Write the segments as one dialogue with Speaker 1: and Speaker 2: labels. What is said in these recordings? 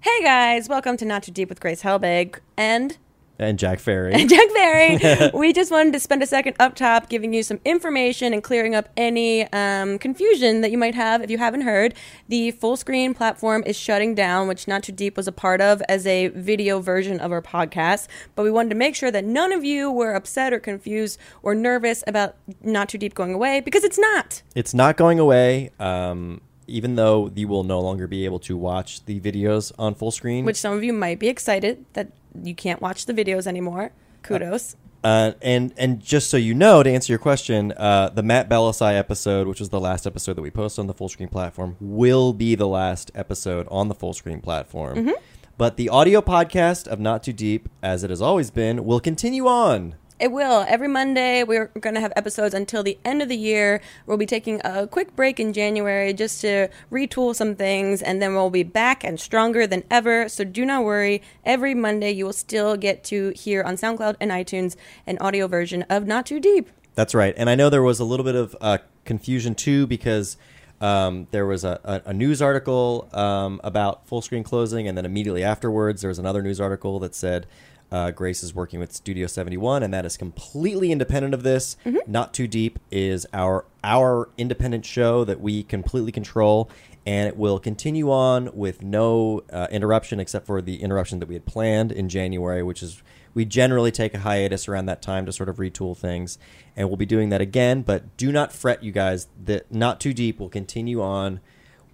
Speaker 1: Hey guys, welcome to Not Too Deep with Grace Helbig and
Speaker 2: And Jack Ferry.
Speaker 1: and Jack Barry. we just wanted to spend a second up top giving you some information and clearing up any um, confusion that you might have if you haven't heard. The full screen platform is shutting down, which Not Too Deep was a part of as a video version of our podcast. But we wanted to make sure that none of you were upset or confused or nervous about Not Too Deep going away because it's not.
Speaker 2: it's not going away. Um, even though you will no longer be able to watch the videos on full screen,
Speaker 1: Which some of you might be excited that you can't watch the videos anymore. Kudos.
Speaker 2: uh, and and just so you know, to answer your question, uh, the Matt Belisai episode, which was the last episode that we posted on the full screen platform, will be the last episode on the full screen platform. But the audio podcast of Not Too Deep, as it has always been, will continue on.
Speaker 1: It will. Every Monday, we're going to have episodes until the end of the year. We'll be taking a quick break in January just to retool some things, and then we'll be back and stronger than ever. So do not worry. Every Monday, you will still get to hear on SoundCloud and iTunes an audio version of Not Too Deep.
Speaker 2: That's right. And I know there was a little bit of uh, confusion too because um, there was a, a, a news article um, about full screen closing, and then immediately afterwards, there was another news article that said uh, Grace is working with Studio 71, and that is completely independent of this. Not Too Deep is our our independent show that we completely control, and it will continue on with no uh, interruption except for the interruption that we had planned in January, which is we generally take a hiatus around that time to sort of retool things, and we'll be doing that again. But do not fret, you guys. That not too deep will continue on.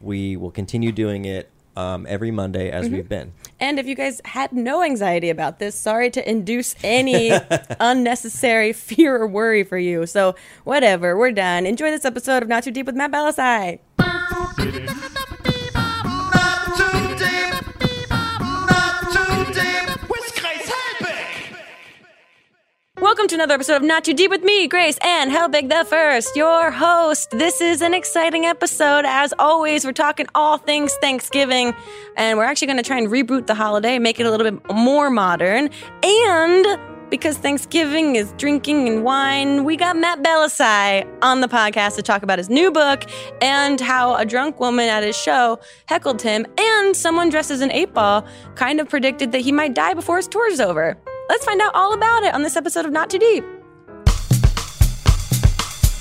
Speaker 2: We will continue doing it um, every Monday as we've been.
Speaker 1: And if you guys had no anxiety about this, sorry to induce any unnecessary fear or worry for you. So, whatever, we're done. Enjoy this episode of Not Too Deep with Matt Balasai.
Speaker 3: Not too deep. Not too deep. With Grace Helbig.
Speaker 1: Welcome to another episode of Not Too Deep with me, Grace and Helbig the First, your host. This is an exciting episode. As always, we're talking all things Thanksgiving, and we're actually going to try and reboot the holiday, make it a little bit more modern. And because Thanksgiving is drinking and wine, we got Matt Belisai on the podcast to talk about his new book and how a drunk woman at his show heckled him, and someone dressed as an eight ball kind of predicted that he might die before his tour is over. Let's find out all about it on this episode of Not Too Deep.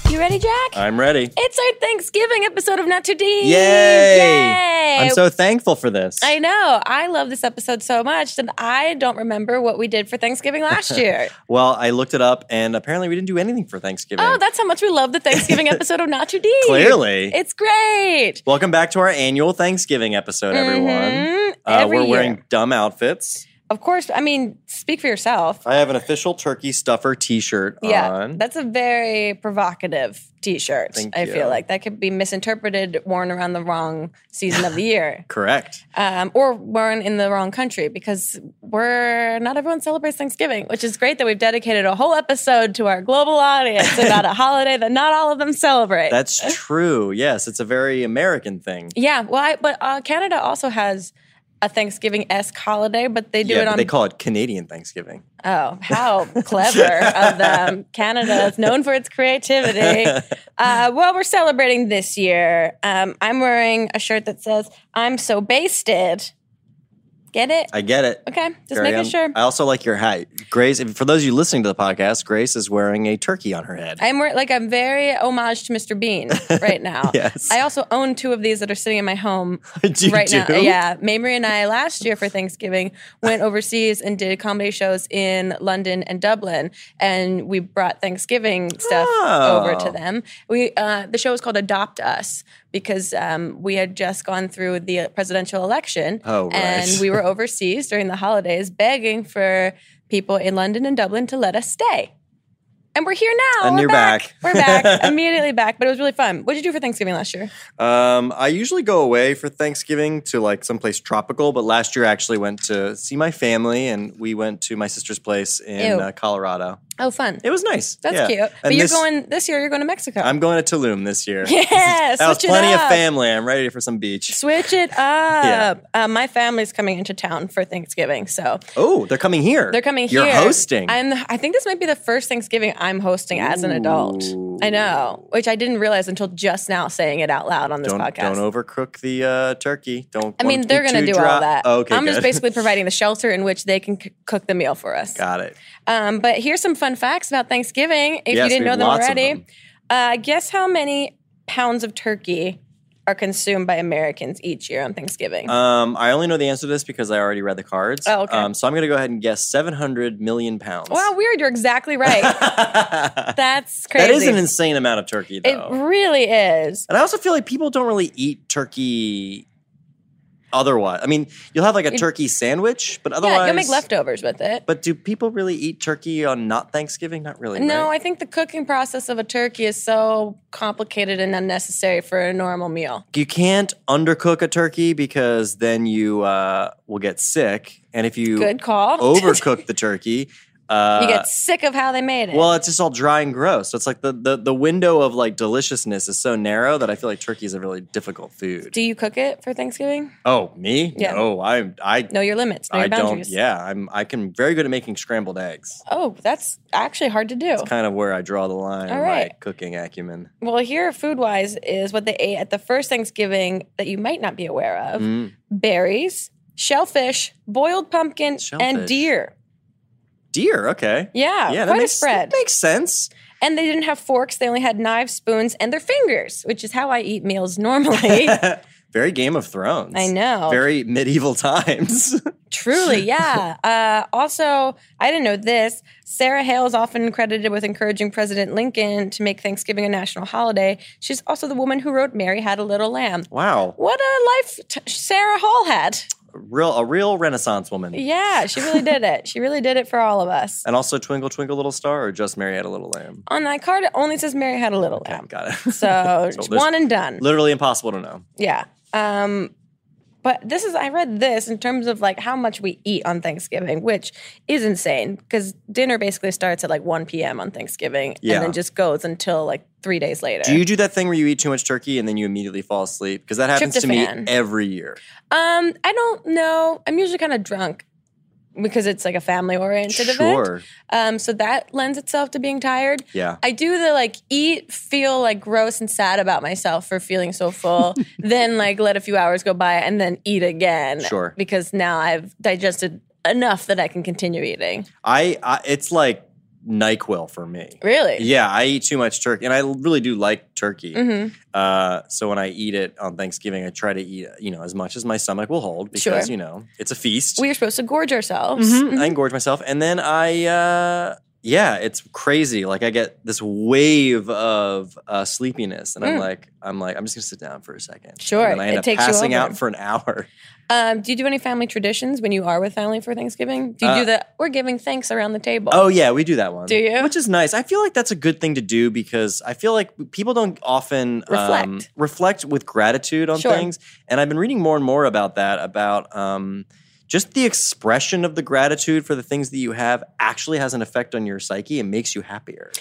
Speaker 1: You ready, Jack?
Speaker 2: I'm ready.
Speaker 1: it's our Thanksgiving episode of Not Too Deep.
Speaker 2: Yay!
Speaker 1: Yay!
Speaker 2: I'm so thankful for this.
Speaker 1: I know. I love this episode so much that I don't remember what we did for Thanksgiving last year.
Speaker 2: well, I looked it up, and apparently we didn't do anything for Thanksgiving.
Speaker 1: oh, that's how much we love the Thanksgiving episode of Not Too Deep.
Speaker 2: Clearly.
Speaker 1: It's great.
Speaker 2: Welcome back to our annual Thanksgiving episode, everyone.
Speaker 1: Mhm.
Speaker 2: Uh,
Speaker 1: Every
Speaker 2: we're
Speaker 1: year.
Speaker 2: wearing dumb outfits.
Speaker 1: Of course, I mean, speak for yourself.
Speaker 2: I have an official turkey stuffer T-shirt
Speaker 1: Yeah,
Speaker 2: on.
Speaker 1: that's a very provocative T-shirt.
Speaker 2: Thank
Speaker 1: I
Speaker 2: you.
Speaker 1: feel like that could be misinterpreted, worn around the wrong season of the year,
Speaker 2: Correct.
Speaker 1: um, or worn in the wrong country because we're not everyone celebrates Thanksgiving, which is great that we've dedicated a whole episode to our global audience about a holiday that not all of them celebrate.
Speaker 2: That's true. Yes, it's a very American thing.
Speaker 1: yeah, well, I, but uh, Canada also has a Thanksgiving esque holiday, but they do
Speaker 2: yeah,
Speaker 1: it
Speaker 2: but
Speaker 1: on
Speaker 2: they call it Canadian Thanksgiving.
Speaker 1: Oh, how clever of them. Canada is known for its creativity. Uh, well, we're celebrating this year. Um, I'm wearing a shirt that says, I'm so basted. Get it?
Speaker 2: I get it.
Speaker 1: Okay, just
Speaker 2: Carry
Speaker 1: making
Speaker 2: on.
Speaker 1: sure.
Speaker 2: I also like your hat, Grace. if- For those of you listening to the podcast, Grace is wearing a turkey on her head.
Speaker 1: I'm wear- like I'm very homage to Mr. Bean right now.
Speaker 2: Yes.
Speaker 1: I also own two of these that are sitting in my home
Speaker 2: Do you
Speaker 1: right now.
Speaker 2: do?
Speaker 1: Yeah, Mamrie and I last year for Thanksgiving went overseas and did comedy shows in London and Dublin, and we brought Thanksgiving stuff
Speaker 2: Oh.
Speaker 1: over to them. We uh, the show was called Adopt Us because um, we had just gone through the presidential election,
Speaker 2: Oh, right.
Speaker 1: and we were overseas during the holidays, begging for people in London and Dublin to let us stay. And we're here now.
Speaker 2: And
Speaker 1: We're
Speaker 2: you're back.
Speaker 1: We're back. Immediately back. But it was really fun. What did you do for Thanksgiving last year?
Speaker 2: Um, I usually go away for Thanksgiving to like someplace tropical, but last year I actually went to see my family, and we went to my sister's place in
Speaker 1: Ew.
Speaker 2: uh, Colorado.
Speaker 1: Oh, fun.
Speaker 2: It was nice.
Speaker 1: That's
Speaker 2: yeah.
Speaker 1: cute. But
Speaker 2: And
Speaker 1: you're
Speaker 2: this-
Speaker 1: going this year. You're going to Mexico.
Speaker 2: I'm going to Tulum this year.
Speaker 1: yeah,
Speaker 2: That was
Speaker 1: switch it
Speaker 2: plenty
Speaker 1: up.
Speaker 2: of family. I'm ready for some beach.
Speaker 1: Switch it up. Uh, my family's coming into town for Thanksgiving, so
Speaker 2: Oh, they're coming here.
Speaker 1: they're coming
Speaker 2: You're
Speaker 1: here.
Speaker 2: hosting.
Speaker 1: I'm. I think this might be the first Thanksgiving I'm hosting as an adult. I know, which I didn't realize until just now saying it out loud on this
Speaker 2: Don't
Speaker 1: podcast.
Speaker 2: don't overcook the uh, turkey. Don't.
Speaker 1: I mean,
Speaker 2: want it
Speaker 1: they're
Speaker 2: be
Speaker 1: going to
Speaker 2: too
Speaker 1: do
Speaker 2: dry.
Speaker 1: all that.
Speaker 2: Oh, okay,
Speaker 1: I'm
Speaker 2: good.
Speaker 1: just basically providing the shelter in which they can c- cook the meal for us.
Speaker 2: Got it.
Speaker 1: Um, but here's some fun facts about Thanksgiving. If
Speaker 2: Yes,
Speaker 1: you didn't
Speaker 2: we
Speaker 1: know
Speaker 2: have
Speaker 1: them
Speaker 2: lots of
Speaker 1: already,
Speaker 2: them.
Speaker 1: Uh, guess how many pounds of turkey are consumed by Americans each year on Thanksgiving?
Speaker 2: Um, I only know the answer to this because I already read the cards.
Speaker 1: Oh, okay.
Speaker 2: Um, so I'm going to go ahead and guess 700 million pounds.
Speaker 1: wow, weird. You're exactly right.
Speaker 2: that
Speaker 1: That's crazy.
Speaker 2: is an Oh. insane amount of turkey,
Speaker 1: It
Speaker 2: though.
Speaker 1: really is.
Speaker 2: and I also feel like people don't really eat turkey otherwise. I mean, you'll have like a turkey sandwich, but otherwise.
Speaker 1: yeah, you'll make leftovers with it.
Speaker 2: But do people really eat turkey on not Thanksgiving? Not really.
Speaker 1: No, I
Speaker 2: right?
Speaker 1: think the cooking process of a turkey is so complicated and unnecessary for a normal meal.
Speaker 2: you can't undercook a turkey because then you uh, will get sick. And if you
Speaker 1: Good call.
Speaker 2: overcook the turkey, uh,
Speaker 1: you get sick of how they made it.
Speaker 2: Well, it's just all dry and gross. So it's like the, the, the window of like deliciousness is so narrow that I feel like turkey is a really difficult food.
Speaker 1: Do you cook it for Thanksgiving?
Speaker 2: oh, me?
Speaker 1: Yeah.
Speaker 2: No, I'm I
Speaker 1: Know your limits, know
Speaker 2: I
Speaker 1: your
Speaker 2: don't.
Speaker 1: boundaries.
Speaker 2: Yeah, I'm I can very good at making scrambled eggs.
Speaker 1: Oh, that's actually hard to do.
Speaker 2: Kind of where I draw the line
Speaker 1: Oh. All
Speaker 2: in my
Speaker 1: right.
Speaker 2: cooking acumen.
Speaker 1: Well, here, food wise, is what they ate at the first Thanksgiving that you might not be aware of
Speaker 2: Mm.
Speaker 1: berries, shellfish, boiled pumpkin, and
Speaker 2: Shellfish.
Speaker 1: deer.
Speaker 2: Deer, okay.
Speaker 1: Yeah,
Speaker 2: yeah, that
Speaker 1: quite
Speaker 2: makes,
Speaker 1: a spread.
Speaker 2: that makes sense.
Speaker 1: and they didn't have forks, they only had knives, spoons, and their fingers, which is how I eat meals normally.
Speaker 2: Very Game of Thrones.
Speaker 1: I know.
Speaker 2: Very medieval times.
Speaker 1: Truly, yeah. Uh, also, I didn't know this. Sarah Hale is often credited with encouraging President Lincoln to make Thanksgiving a national holiday. She's also the woman who wrote Mary Had a Little Lamb.
Speaker 2: wow,
Speaker 1: What a life t- Sarah Hall had.
Speaker 2: real a real Renaissance woman.
Speaker 1: Yeah, she really did it. She really did it for all of us.
Speaker 2: And also, Twinkle Twinkle Little Star, or just Mary Had a Little Lamb.
Speaker 1: On that card, it only says Mary Had a Little
Speaker 2: Okay,
Speaker 1: Lamb.
Speaker 2: got it.
Speaker 1: So it's
Speaker 2: there's-
Speaker 1: one and done.
Speaker 2: literally impossible to know.
Speaker 1: Yeah. Um, but this is I read this in terms of like how much we eat on Thanksgiving, which is insane because dinner basically starts at like 1 p.m. on Thanksgiving
Speaker 2: Yeah.
Speaker 1: and then just goes until like three days later.
Speaker 2: Do you do that thing where you eat too much turkey and then you immediately fall asleep? Because that happens to me
Speaker 1: Tryptophan.
Speaker 2: every year.
Speaker 1: um, I don't know. I'm usually kind of drunk because it's like a family oriented event.
Speaker 2: Sure.
Speaker 1: Um, so that lends itself to being tired.
Speaker 2: Yeah.
Speaker 1: I do the like eat, feel like gross and sad about myself for feeling so full, then like let a few hours go by and then eat again.
Speaker 2: Sure.
Speaker 1: Because now I've digested enough that I can continue eating.
Speaker 2: I, I it's like NyQuil for me.
Speaker 1: Really?
Speaker 2: Yeah, I eat too much turkey, and I really do like turkey.
Speaker 1: hmm
Speaker 2: Uh, so when I eat it on Thanksgiving, I try to eat you know as much as my stomach will hold because
Speaker 1: Sure.
Speaker 2: you know it's a feast.
Speaker 1: We Mm-hmm. are supposed to gorge ourselves.
Speaker 2: I engorge myself, and then I, uh, yeah, it's crazy. Like I get this wave of uh, sleepiness, and I'm
Speaker 1: Mm.
Speaker 2: like, I'm like, I'm just gonna sit down for a second.
Speaker 1: Sure,
Speaker 2: and then I end
Speaker 1: it
Speaker 2: up
Speaker 1: takes you
Speaker 2: passing
Speaker 1: over.
Speaker 2: out for an hour.
Speaker 1: Um, do you do any family traditions when you are with family for Thanksgiving? Do you
Speaker 2: Uh,
Speaker 1: do the we're giving thanks around the table?
Speaker 2: Oh yeah, we do that one.
Speaker 1: Do you?
Speaker 2: Which is nice. I feel like that's a good thing to do because I feel like people don't often um,
Speaker 1: Reflect.
Speaker 2: reflect with gratitude on
Speaker 1: Sure.
Speaker 2: things. And I've been reading more and more about that about um, just the expression of the gratitude for the things that you have actually has an effect on your psyche and makes you happier.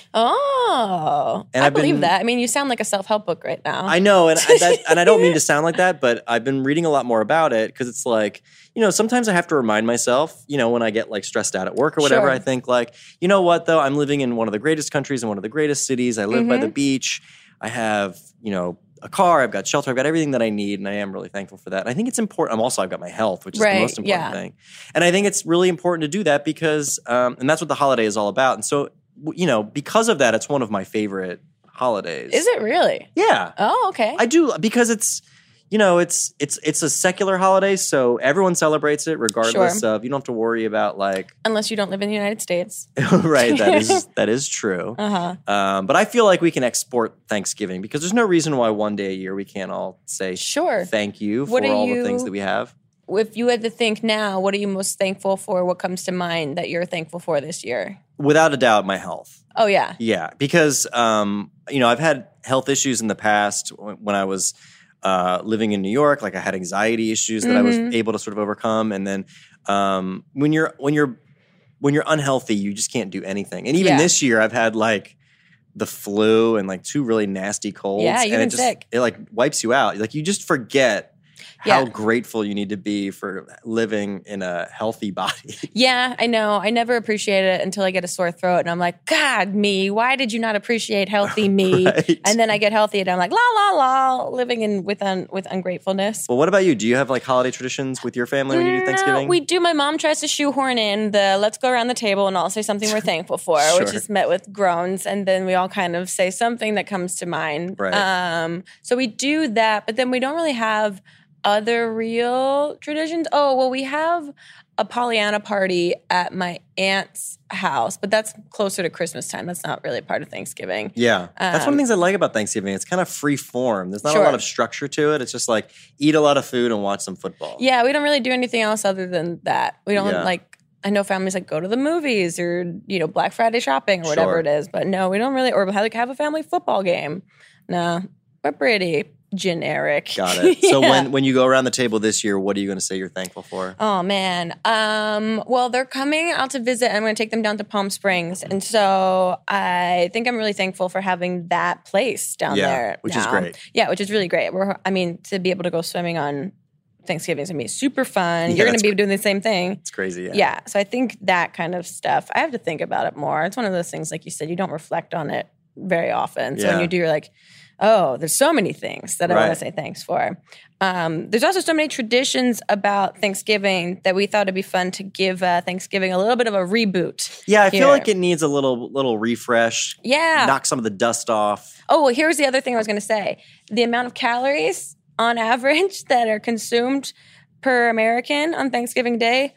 Speaker 1: Oh.
Speaker 2: And
Speaker 1: I
Speaker 2: I've
Speaker 1: believe
Speaker 2: been-
Speaker 1: that. I mean, you sound like a self help book right now.
Speaker 2: I know, and I, that, and I don't mean to sound like that, but I've been reading a lot more about it because it's like you know sometimes I have to remind myself, you know, when I get like stressed out at work or whatever,
Speaker 1: Sure.
Speaker 2: I think like you know what though, I'm living in one of the greatest countries and one of the greatest cities. I live by
Speaker 1: Mm-hmm.
Speaker 2: the beach. I have you know a car. I've got shelter. I've got everything that I need, and I am really thankful for that. And I think it's important. I'm also I've got my health, which is the
Speaker 1: Right,
Speaker 2: most important
Speaker 1: yeah.
Speaker 2: thing. And I think it's really important to do that because, um, and that's what the holiday is all about. And so w- you know, because of that, it's one of my favorite holidays.
Speaker 1: Is it really?
Speaker 2: Yeah.
Speaker 1: Oh, okay.
Speaker 2: I do because it's you know it's it's it's a secular holiday, so everyone celebrates it regardless of you don't have to worry about like
Speaker 1: Unless you don't live in the United States.
Speaker 2: right that is that is true.
Speaker 1: Uh huh.
Speaker 2: Um, but I feel like we can export Thanksgiving because there's no reason why one day a year we can't all say
Speaker 1: Sure.
Speaker 2: thank you
Speaker 1: What
Speaker 2: for
Speaker 1: are
Speaker 2: all the things
Speaker 1: you-
Speaker 2: that we have.
Speaker 1: if you had to think now, what are you most thankful for? What comes to mind that you're thankful for this year?
Speaker 2: Without a doubt, my health.
Speaker 1: Oh yeah,
Speaker 2: Yeah, because um, you know I've had health issues in the past when when I was uh, living in New York. Like I had anxiety issues that I was
Speaker 1: Mhm.
Speaker 2: able to sort of overcome, and then um, when you're when you're when you're unhealthy, you just can't do anything. And even
Speaker 1: Yeah.
Speaker 2: this year, I've had like the flu and like two really nasty colds.
Speaker 1: Yeah, you've
Speaker 2: and
Speaker 1: been
Speaker 2: it just
Speaker 1: sick.
Speaker 2: it like wipes you out. Like you just forget how
Speaker 1: Yeah.
Speaker 2: grateful you need to be for living in a healthy body.
Speaker 1: Yeah, I know. I never appreciate it until I get a sore throat and I'm like, God, me, why did you not appreciate healthy me?
Speaker 2: Right.
Speaker 1: And then I get healthy and I'm like, la la la, living in with un, with ungratefulness.
Speaker 2: well, what about you? Do you have like holiday traditions with your family when you do
Speaker 1: No,
Speaker 2: Thanksgiving?
Speaker 1: we do. My mom tries to shoehorn in the let's go around the table and all say something we're thankful for, which
Speaker 2: Sure.
Speaker 1: is met with groans, and then we all kind of say something that comes to mind.
Speaker 2: Right.
Speaker 1: Um, so we do that, but then we don't really have other real traditions. Oh, well, we have a Pollyanna party at my aunt's house, but that's closer to Christmas time. That's not really part of Thanksgiving.
Speaker 2: Yeah. That's one of
Speaker 1: Um,
Speaker 2: the things I like about Thanksgiving. It's kind of free form. There's not a
Speaker 1: Sure.
Speaker 2: lot of structure to it. It's just like eat a lot of food and watch some football.
Speaker 1: Yeah, we don't really do anything else other than that. We don't
Speaker 2: Yeah.
Speaker 1: like. I know families like go to the movies or you know Black Friday shopping or whatever
Speaker 2: Sure.
Speaker 1: it is, but no, we don't really or have, like have a family football game. No, we're pretty generic.
Speaker 2: Got it. So
Speaker 1: Yeah.
Speaker 2: when when you go around the table this year, what are you going to say you're thankful for?
Speaker 1: Oh man. Um, well, they're coming out to visit. I'm going to take them down to Palm Springs, and so I think I'm really thankful for having that place down
Speaker 2: Yeah,
Speaker 1: there,
Speaker 2: which is
Speaker 1: now.
Speaker 2: great.
Speaker 1: Yeah, which is really great. We're, I mean, to be able to go swimming on Thanksgiving is going to be super fun.
Speaker 2: Yeah,
Speaker 1: You're going
Speaker 2: that's
Speaker 1: to be doing the same thing.
Speaker 2: It's crazy. Yeah.
Speaker 1: Yeah. So I think that kind of stuff. I have to think about it more. It's one of those things, like you said, you don't reflect on it very often. So
Speaker 2: Yeah.
Speaker 1: when you do, you're like, oh, there's so many things that I want
Speaker 2: Right.
Speaker 1: to say thanks for. Um, there's also so many traditions about Thanksgiving that we thought it'd be fun to give uh, Thanksgiving a little bit of a reboot.
Speaker 2: Yeah, I
Speaker 1: here.
Speaker 2: feel like it needs a little little refresh.
Speaker 1: Yeah.
Speaker 2: Knock some of the dust off.
Speaker 1: Oh, well, here's the other thing I was going to say the amount of calories on average that are consumed per American on Thanksgiving Day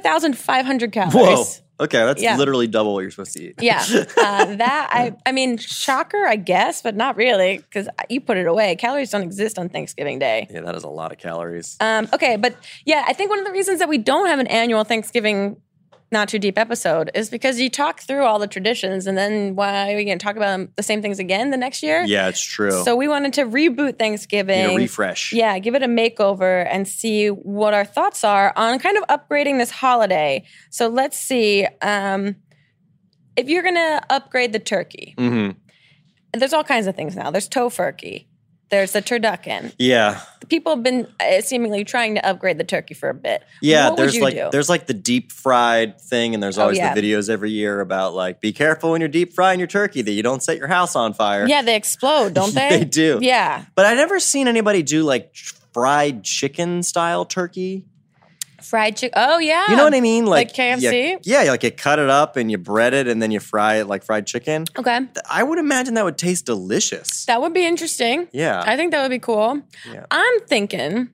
Speaker 1: 4,500 calories.
Speaker 2: Okay, that's
Speaker 1: Yeah.
Speaker 2: literally double what you're supposed to eat.
Speaker 1: Yeah, uh, that I I mean, shocker, I guess, but not really because you put it away. Calories don't exist on Thanksgiving Day.
Speaker 2: Yeah, that is a lot of calories.
Speaker 1: Um, okay, but yeah, I think one of the reasons that we don't have an annual Thanksgiving not too deep episode is because you talk through all the traditions and then why are we going to talk about 'em- the same things again the next year?
Speaker 2: yeah, it's true.
Speaker 1: Um, So we wanted to reboot
Speaker 2: you
Speaker 1: Thanksgiving.
Speaker 2: know, refresh.
Speaker 1: Yeah, give it a makeover and see what our thoughts are on kind of upgrading this holiday. So let's see. Um, if you're going to upgrade the turkey,
Speaker 2: hmm
Speaker 1: there's all kinds of things now. There's tofurkey, there's the turducken.
Speaker 2: Yeah.
Speaker 1: People have been uh, seemingly trying to upgrade the turkey for a bit.
Speaker 2: Yeah,
Speaker 1: what
Speaker 2: there's
Speaker 1: would you
Speaker 2: like
Speaker 1: do? Oh,
Speaker 2: there's like the deep fried thing, and there's always
Speaker 1: yeah.
Speaker 2: the videos every year about like be careful when you're deep frying your turkey that you don't set your house on fire.
Speaker 1: yeah, they explode, don't they?
Speaker 2: They do.
Speaker 1: Yeah,
Speaker 2: But I've never seen anybody do like fried chicken style turkey.
Speaker 1: fried chicken. Oh yeah,
Speaker 2: You know what I mean?
Speaker 1: Like
Speaker 2: you-
Speaker 1: KFC?
Speaker 2: yeah, like you cut it up and you bread it and then you fry it like fried chicken.
Speaker 1: Okay,
Speaker 2: I would imagine that would taste delicious.
Speaker 1: that would be interesting.
Speaker 2: Yeah.
Speaker 1: I think that would be cool.
Speaker 2: Yeah.
Speaker 1: I'm thinking,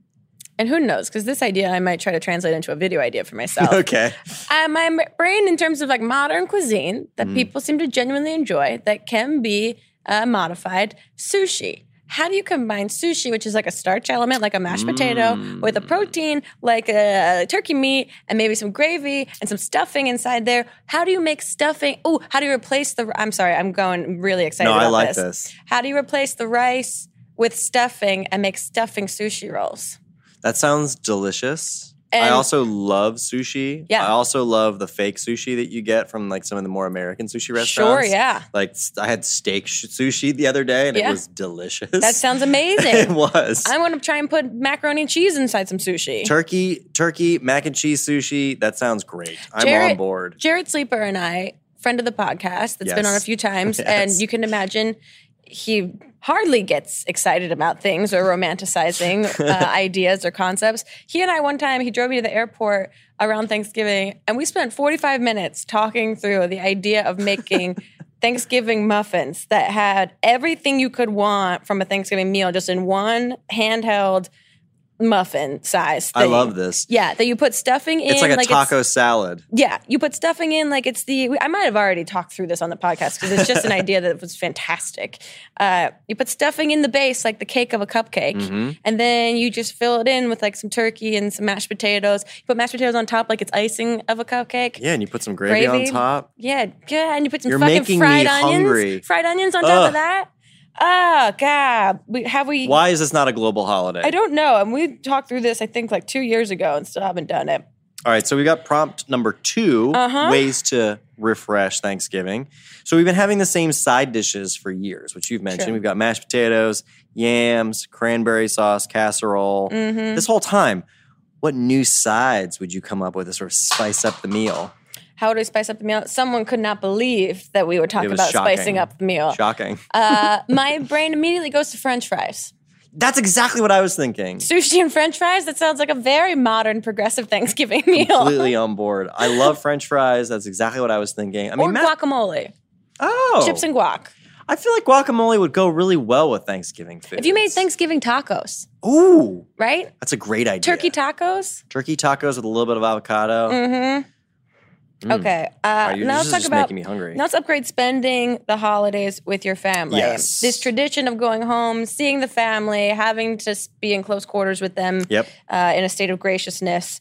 Speaker 1: and who knows, because this idea I might try to translate into a video idea for myself.
Speaker 2: okay.
Speaker 1: Uh, my m- brain, in terms of like modern cuisine that
Speaker 2: Mm.
Speaker 1: people seem to genuinely enjoy, that can be uh, modified sushi. How do you combine sushi, which is like a starch element, like a mashed potato, with a
Speaker 2: Mm.
Speaker 1: protein, like a turkey meat, and maybe some gravy and some stuffing inside there? How do you make stuffing? Oh, how do you replace the? I'm sorry, I'm going really excited.
Speaker 2: No, I
Speaker 1: about
Speaker 2: like this.
Speaker 1: How do you replace the rice with stuffing and make stuffing sushi rolls?
Speaker 2: That sounds delicious. I
Speaker 1: And-
Speaker 2: also love sushi.
Speaker 1: Yeah.
Speaker 2: I also love the fake sushi that you get from like some of the more American sushi restaurants.
Speaker 1: Sure, yeah.
Speaker 2: Like s- I had steak sh- sushi the other day and
Speaker 1: Yeah.
Speaker 2: it was delicious.
Speaker 1: That sounds amazing.
Speaker 2: it was.
Speaker 1: I want to try and put macaroni and cheese inside some sushi.
Speaker 2: turkey, turkey, mac and cheese sushi. That sounds great. I'm on board.
Speaker 1: Jared Sleeper and I, friend of the podcast that's been
Speaker 2: Yes.
Speaker 1: on a few times, and
Speaker 2: Yes.
Speaker 1: you can imagine he hardly gets excited about things or romanticizing uh, ideas or concepts. He and I, one time, he drove me to the airport around Thanksgiving, and we spent 45 minutes talking through the idea of making. Thanksgiving muffins that had everything you could want from a Thanksgiving meal just in one handheld muffin size.
Speaker 2: I
Speaker 1: thing.
Speaker 2: love this.
Speaker 1: Yeah, that you put stuffing in.
Speaker 2: It's like a taco salad.
Speaker 1: Yeah, you put stuffing in like it's the. I might have already talked through this on the podcast because it's just an idea that was fantastic. Uh, you put stuffing in the base like the cake of a cupcake,
Speaker 2: Mm-hmm.
Speaker 1: and then you just fill it in with like some turkey and some mashed potatoes. You put mashed potatoes on top like it's icing of a cupcake.
Speaker 2: Yeah, and you put some gravy,
Speaker 1: Gravy.
Speaker 2: on top.
Speaker 1: yeah, yeah, and you put some
Speaker 2: You're
Speaker 1: fucking
Speaker 2: making
Speaker 1: fried
Speaker 2: me
Speaker 1: onions,
Speaker 2: hungry.
Speaker 1: fried onions on top of
Speaker 2: Ugh.
Speaker 1: that. Oh God, we, have we?
Speaker 2: Why is this not a global holiday?
Speaker 1: I don't know. And we talked through this, I think, like two years ago and still haven't done it.
Speaker 2: All right, so we got prompt number 2
Speaker 1: Uh-huh.
Speaker 2: ways to refresh Thanksgiving. So we've been having the same side dishes for years, which you've mentioned.
Speaker 1: Sure.
Speaker 2: We've got mashed potatoes, yams, cranberry sauce, casserole.
Speaker 1: Mm-hmm.
Speaker 2: This whole time, what new sides would you come up with to sort of spice up the meal?
Speaker 1: How would we spice up the meal? Someone could not believe that we would talk
Speaker 2: It was
Speaker 1: about
Speaker 2: shocking.
Speaker 1: spicing up the meal.
Speaker 2: Shocking.
Speaker 1: Uh, my brain immediately goes to French fries.
Speaker 2: That's exactly what I was thinking.
Speaker 1: Sushi and French fries? That sounds like a very modern, progressive Thanksgiving meal.
Speaker 2: Completely on board. I love French fries. That's exactly what I was thinking. I mean,
Speaker 1: Or
Speaker 2: ma-
Speaker 1: guacamole,
Speaker 2: oh,
Speaker 1: chips and guac.
Speaker 2: I feel like guacamole would go really well with Thanksgiving food.
Speaker 1: If you made Thanksgiving tacos,
Speaker 2: ooh,
Speaker 1: right?
Speaker 2: that's a great idea.
Speaker 1: Turkey tacos.
Speaker 2: turkey tacos with a little bit of avocado.
Speaker 1: Mm-hmm. Okay. Uh,
Speaker 2: Wow, you-
Speaker 1: now let's
Speaker 2: this is
Speaker 1: talk
Speaker 2: Mm. just
Speaker 1: about
Speaker 2: making me hungry.
Speaker 1: now let's upgrade spending the holidays with your family.
Speaker 2: Yes.
Speaker 1: This tradition of going home, seeing the family, having to s- be in close quarters with them.
Speaker 2: Yep.
Speaker 1: Uh, in a state of graciousness.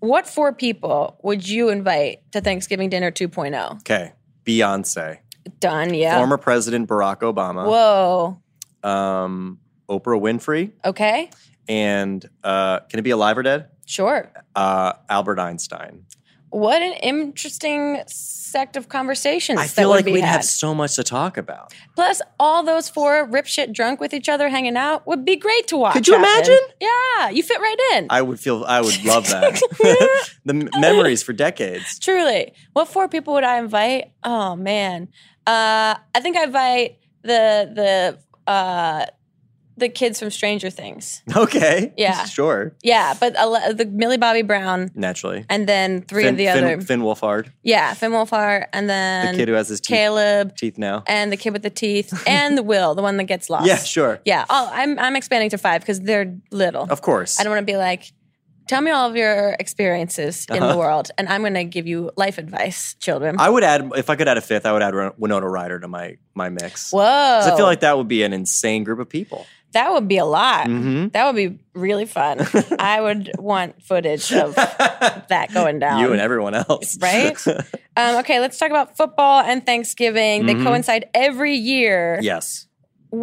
Speaker 1: What four people would you invite to Thanksgiving dinner oh? 2.0?
Speaker 2: Okay, Beyonce,
Speaker 1: Done. Yeah.
Speaker 2: former President Barack Obama,
Speaker 1: Whoa.
Speaker 2: um, Oprah Winfrey,
Speaker 1: Okay.
Speaker 2: and uh, can it be alive or dead?
Speaker 1: Sure.
Speaker 2: Uh, Albert Einstein.
Speaker 1: What an interesting sect of conversations.
Speaker 2: I feel
Speaker 1: that would
Speaker 2: like
Speaker 1: be
Speaker 2: we'd
Speaker 1: had.
Speaker 2: have so much to talk about.
Speaker 1: Plus, all those four rip shit drunk with each other hanging out would be great to watch.
Speaker 2: Could you
Speaker 1: happen.
Speaker 2: imagine?
Speaker 1: Yeah, you fit right in.
Speaker 2: I would feel. I would love that. the m- memories for decades.
Speaker 1: Truly. What four people would I invite? Oh man. Uh, I think I invite the the uh, the kids from Stranger Things.
Speaker 2: Okay.
Speaker 1: Yeah.
Speaker 2: Sure.
Speaker 1: Yeah, but a le- the Millie Bobby Brown
Speaker 2: Naturally.
Speaker 1: and then three
Speaker 2: Finn,
Speaker 1: of the
Speaker 2: Finn,
Speaker 1: other.
Speaker 2: Finn Wolfhard,
Speaker 1: Yeah, Finn Wolfhard and then
Speaker 2: the kid who has his teeth,
Speaker 1: Caleb
Speaker 2: teeth now.
Speaker 1: and the kid with the teeth and the Will, the one that gets lost.
Speaker 2: Yeah. Sure.
Speaker 1: Yeah. Oh, I'm I'm expanding to five because they're little.
Speaker 2: Of course.
Speaker 1: I don't want to be like, tell me all of your experiences in the world, and I'm going to give you life advice, children.
Speaker 2: Uh-huh. I would add if I could add a fifth, I would add Ron- Winona Ryder to my my mix.
Speaker 1: Whoa.
Speaker 2: 'Cause I feel
Speaker 1: Oh.
Speaker 2: like that would be an insane group of people.
Speaker 1: that would be a lot.
Speaker 2: Mhm.
Speaker 1: That would be really fun. I would want footage of that going down.
Speaker 2: you and everyone else,
Speaker 1: Right? um, okay, let's talk about football and Thanksgiving. They
Speaker 2: Mhm.
Speaker 1: coincide every year.
Speaker 2: yes.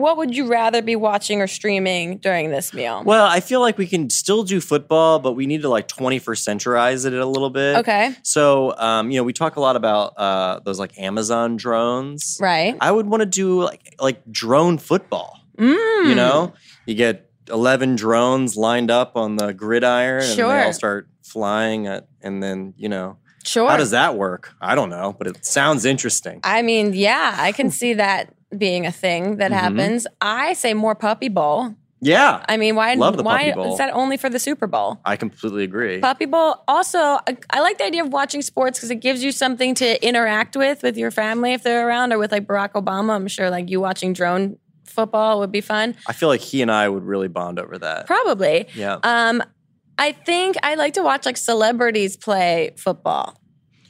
Speaker 1: What would you rather be watching or streaming during this meal?
Speaker 2: Well, I feel like we can still do football, but we need to like 21st centurize it a little bit.
Speaker 1: Okay.
Speaker 2: So, um, you know, we talk a lot about uh, those like Amazon drones.
Speaker 1: Right.
Speaker 2: I would want to do like like drone football.
Speaker 1: Mm.
Speaker 2: You know, you get eleven drones lined up on the gridiron, and
Speaker 1: Sure.
Speaker 2: they all start flying. At, and then you know,
Speaker 1: Mm, Sure.
Speaker 2: how does that work? I don't know, but it sounds interesting.
Speaker 1: I mean, yeah, I can see that being a thing that
Speaker 2: Mhm.
Speaker 1: happens. I say more puppy bowl.
Speaker 2: yeah,
Speaker 1: I mean, why?
Speaker 2: Love the
Speaker 1: why
Speaker 2: Puppy Bowl.
Speaker 1: is that only for the Super Bowl?
Speaker 2: I completely agree.
Speaker 1: Puppy bowl. Also, I, I like the idea of watching sports because it gives you something to interact with with your family if they're around, or with like Barack Obama. I'm sure like you watching drone football would be fun.
Speaker 2: I feel like he and I would really bond over that.
Speaker 1: Probably.
Speaker 2: Yeah.
Speaker 1: Um, I think I like to watch like celebrities play football,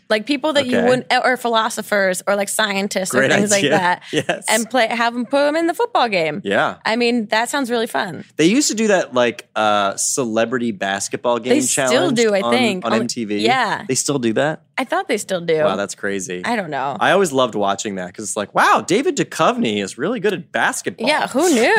Speaker 1: like people that you
Speaker 2: Okay.
Speaker 1: wouldn't, or philosophers, or like scientists,
Speaker 2: Great
Speaker 1: or things
Speaker 2: idea.
Speaker 1: like that,
Speaker 2: Yes.
Speaker 1: and play have them put them in the football game.
Speaker 2: yeah,
Speaker 1: I mean, that sounds really fun.
Speaker 2: they used to do that like uh celebrity basketball game
Speaker 1: They still
Speaker 2: challenge.
Speaker 1: do, I
Speaker 2: on-
Speaker 1: think.
Speaker 2: on
Speaker 1: Only-
Speaker 2: MTV.
Speaker 1: yeah.
Speaker 2: they still do that.
Speaker 1: I thought they still do.
Speaker 2: Wow, that's crazy.
Speaker 1: I don't know.
Speaker 2: I always loved watching that because it's like, wow, David Duchovny is really good at basketball.
Speaker 1: yeah, who knew?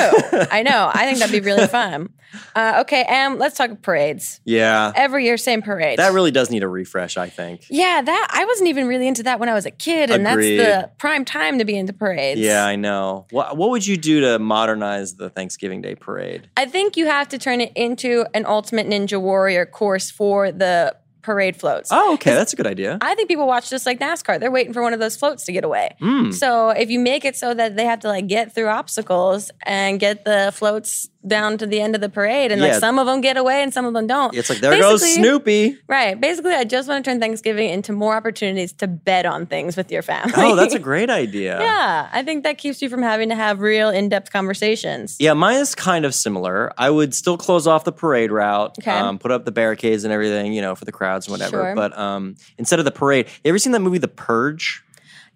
Speaker 1: I know. I think that'd be really fun. Uh, okay, and let's talk parades.
Speaker 2: Yeah.
Speaker 1: Every year, same parade.
Speaker 2: That really does need a refresh, I think.
Speaker 1: yeah, that I wasn't even really into that when I was a kid, and
Speaker 2: Agreed.
Speaker 1: that's the prime time to be into parades.
Speaker 2: Yeah, I know. What what would you do to modernize the Thanksgiving Day parade?
Speaker 1: I think you have to turn it into an ultimate ninja warrior course for the parade floats.
Speaker 2: Oh, okay, that's a good idea.
Speaker 1: I think people watch this like NASCAR. They're waiting for one of those floats to get away.
Speaker 2: Mm.
Speaker 1: So if you make it so that they have to like get through obstacles and get the floats down to the end of the parade, and
Speaker 2: Yeah.
Speaker 1: like some of them get away and some of them don't.
Speaker 2: It's like there goes
Speaker 1: Basically-
Speaker 2: Snoopy.
Speaker 1: Right. Basically, I just want to turn Thanksgiving into more opportunities to bet on things with your family.
Speaker 2: Oh, that's a great idea.
Speaker 1: yeah. I think that keeps you from having to have real in depth conversations.
Speaker 2: Yeah, mine is kind of similar. I would still close off the parade route,
Speaker 1: Okay.
Speaker 2: um, put up the barricades and everything, you know, for the crowds and whatever.
Speaker 1: Sure.
Speaker 2: But um, instead of the parade, you ever seen that movie The Purge?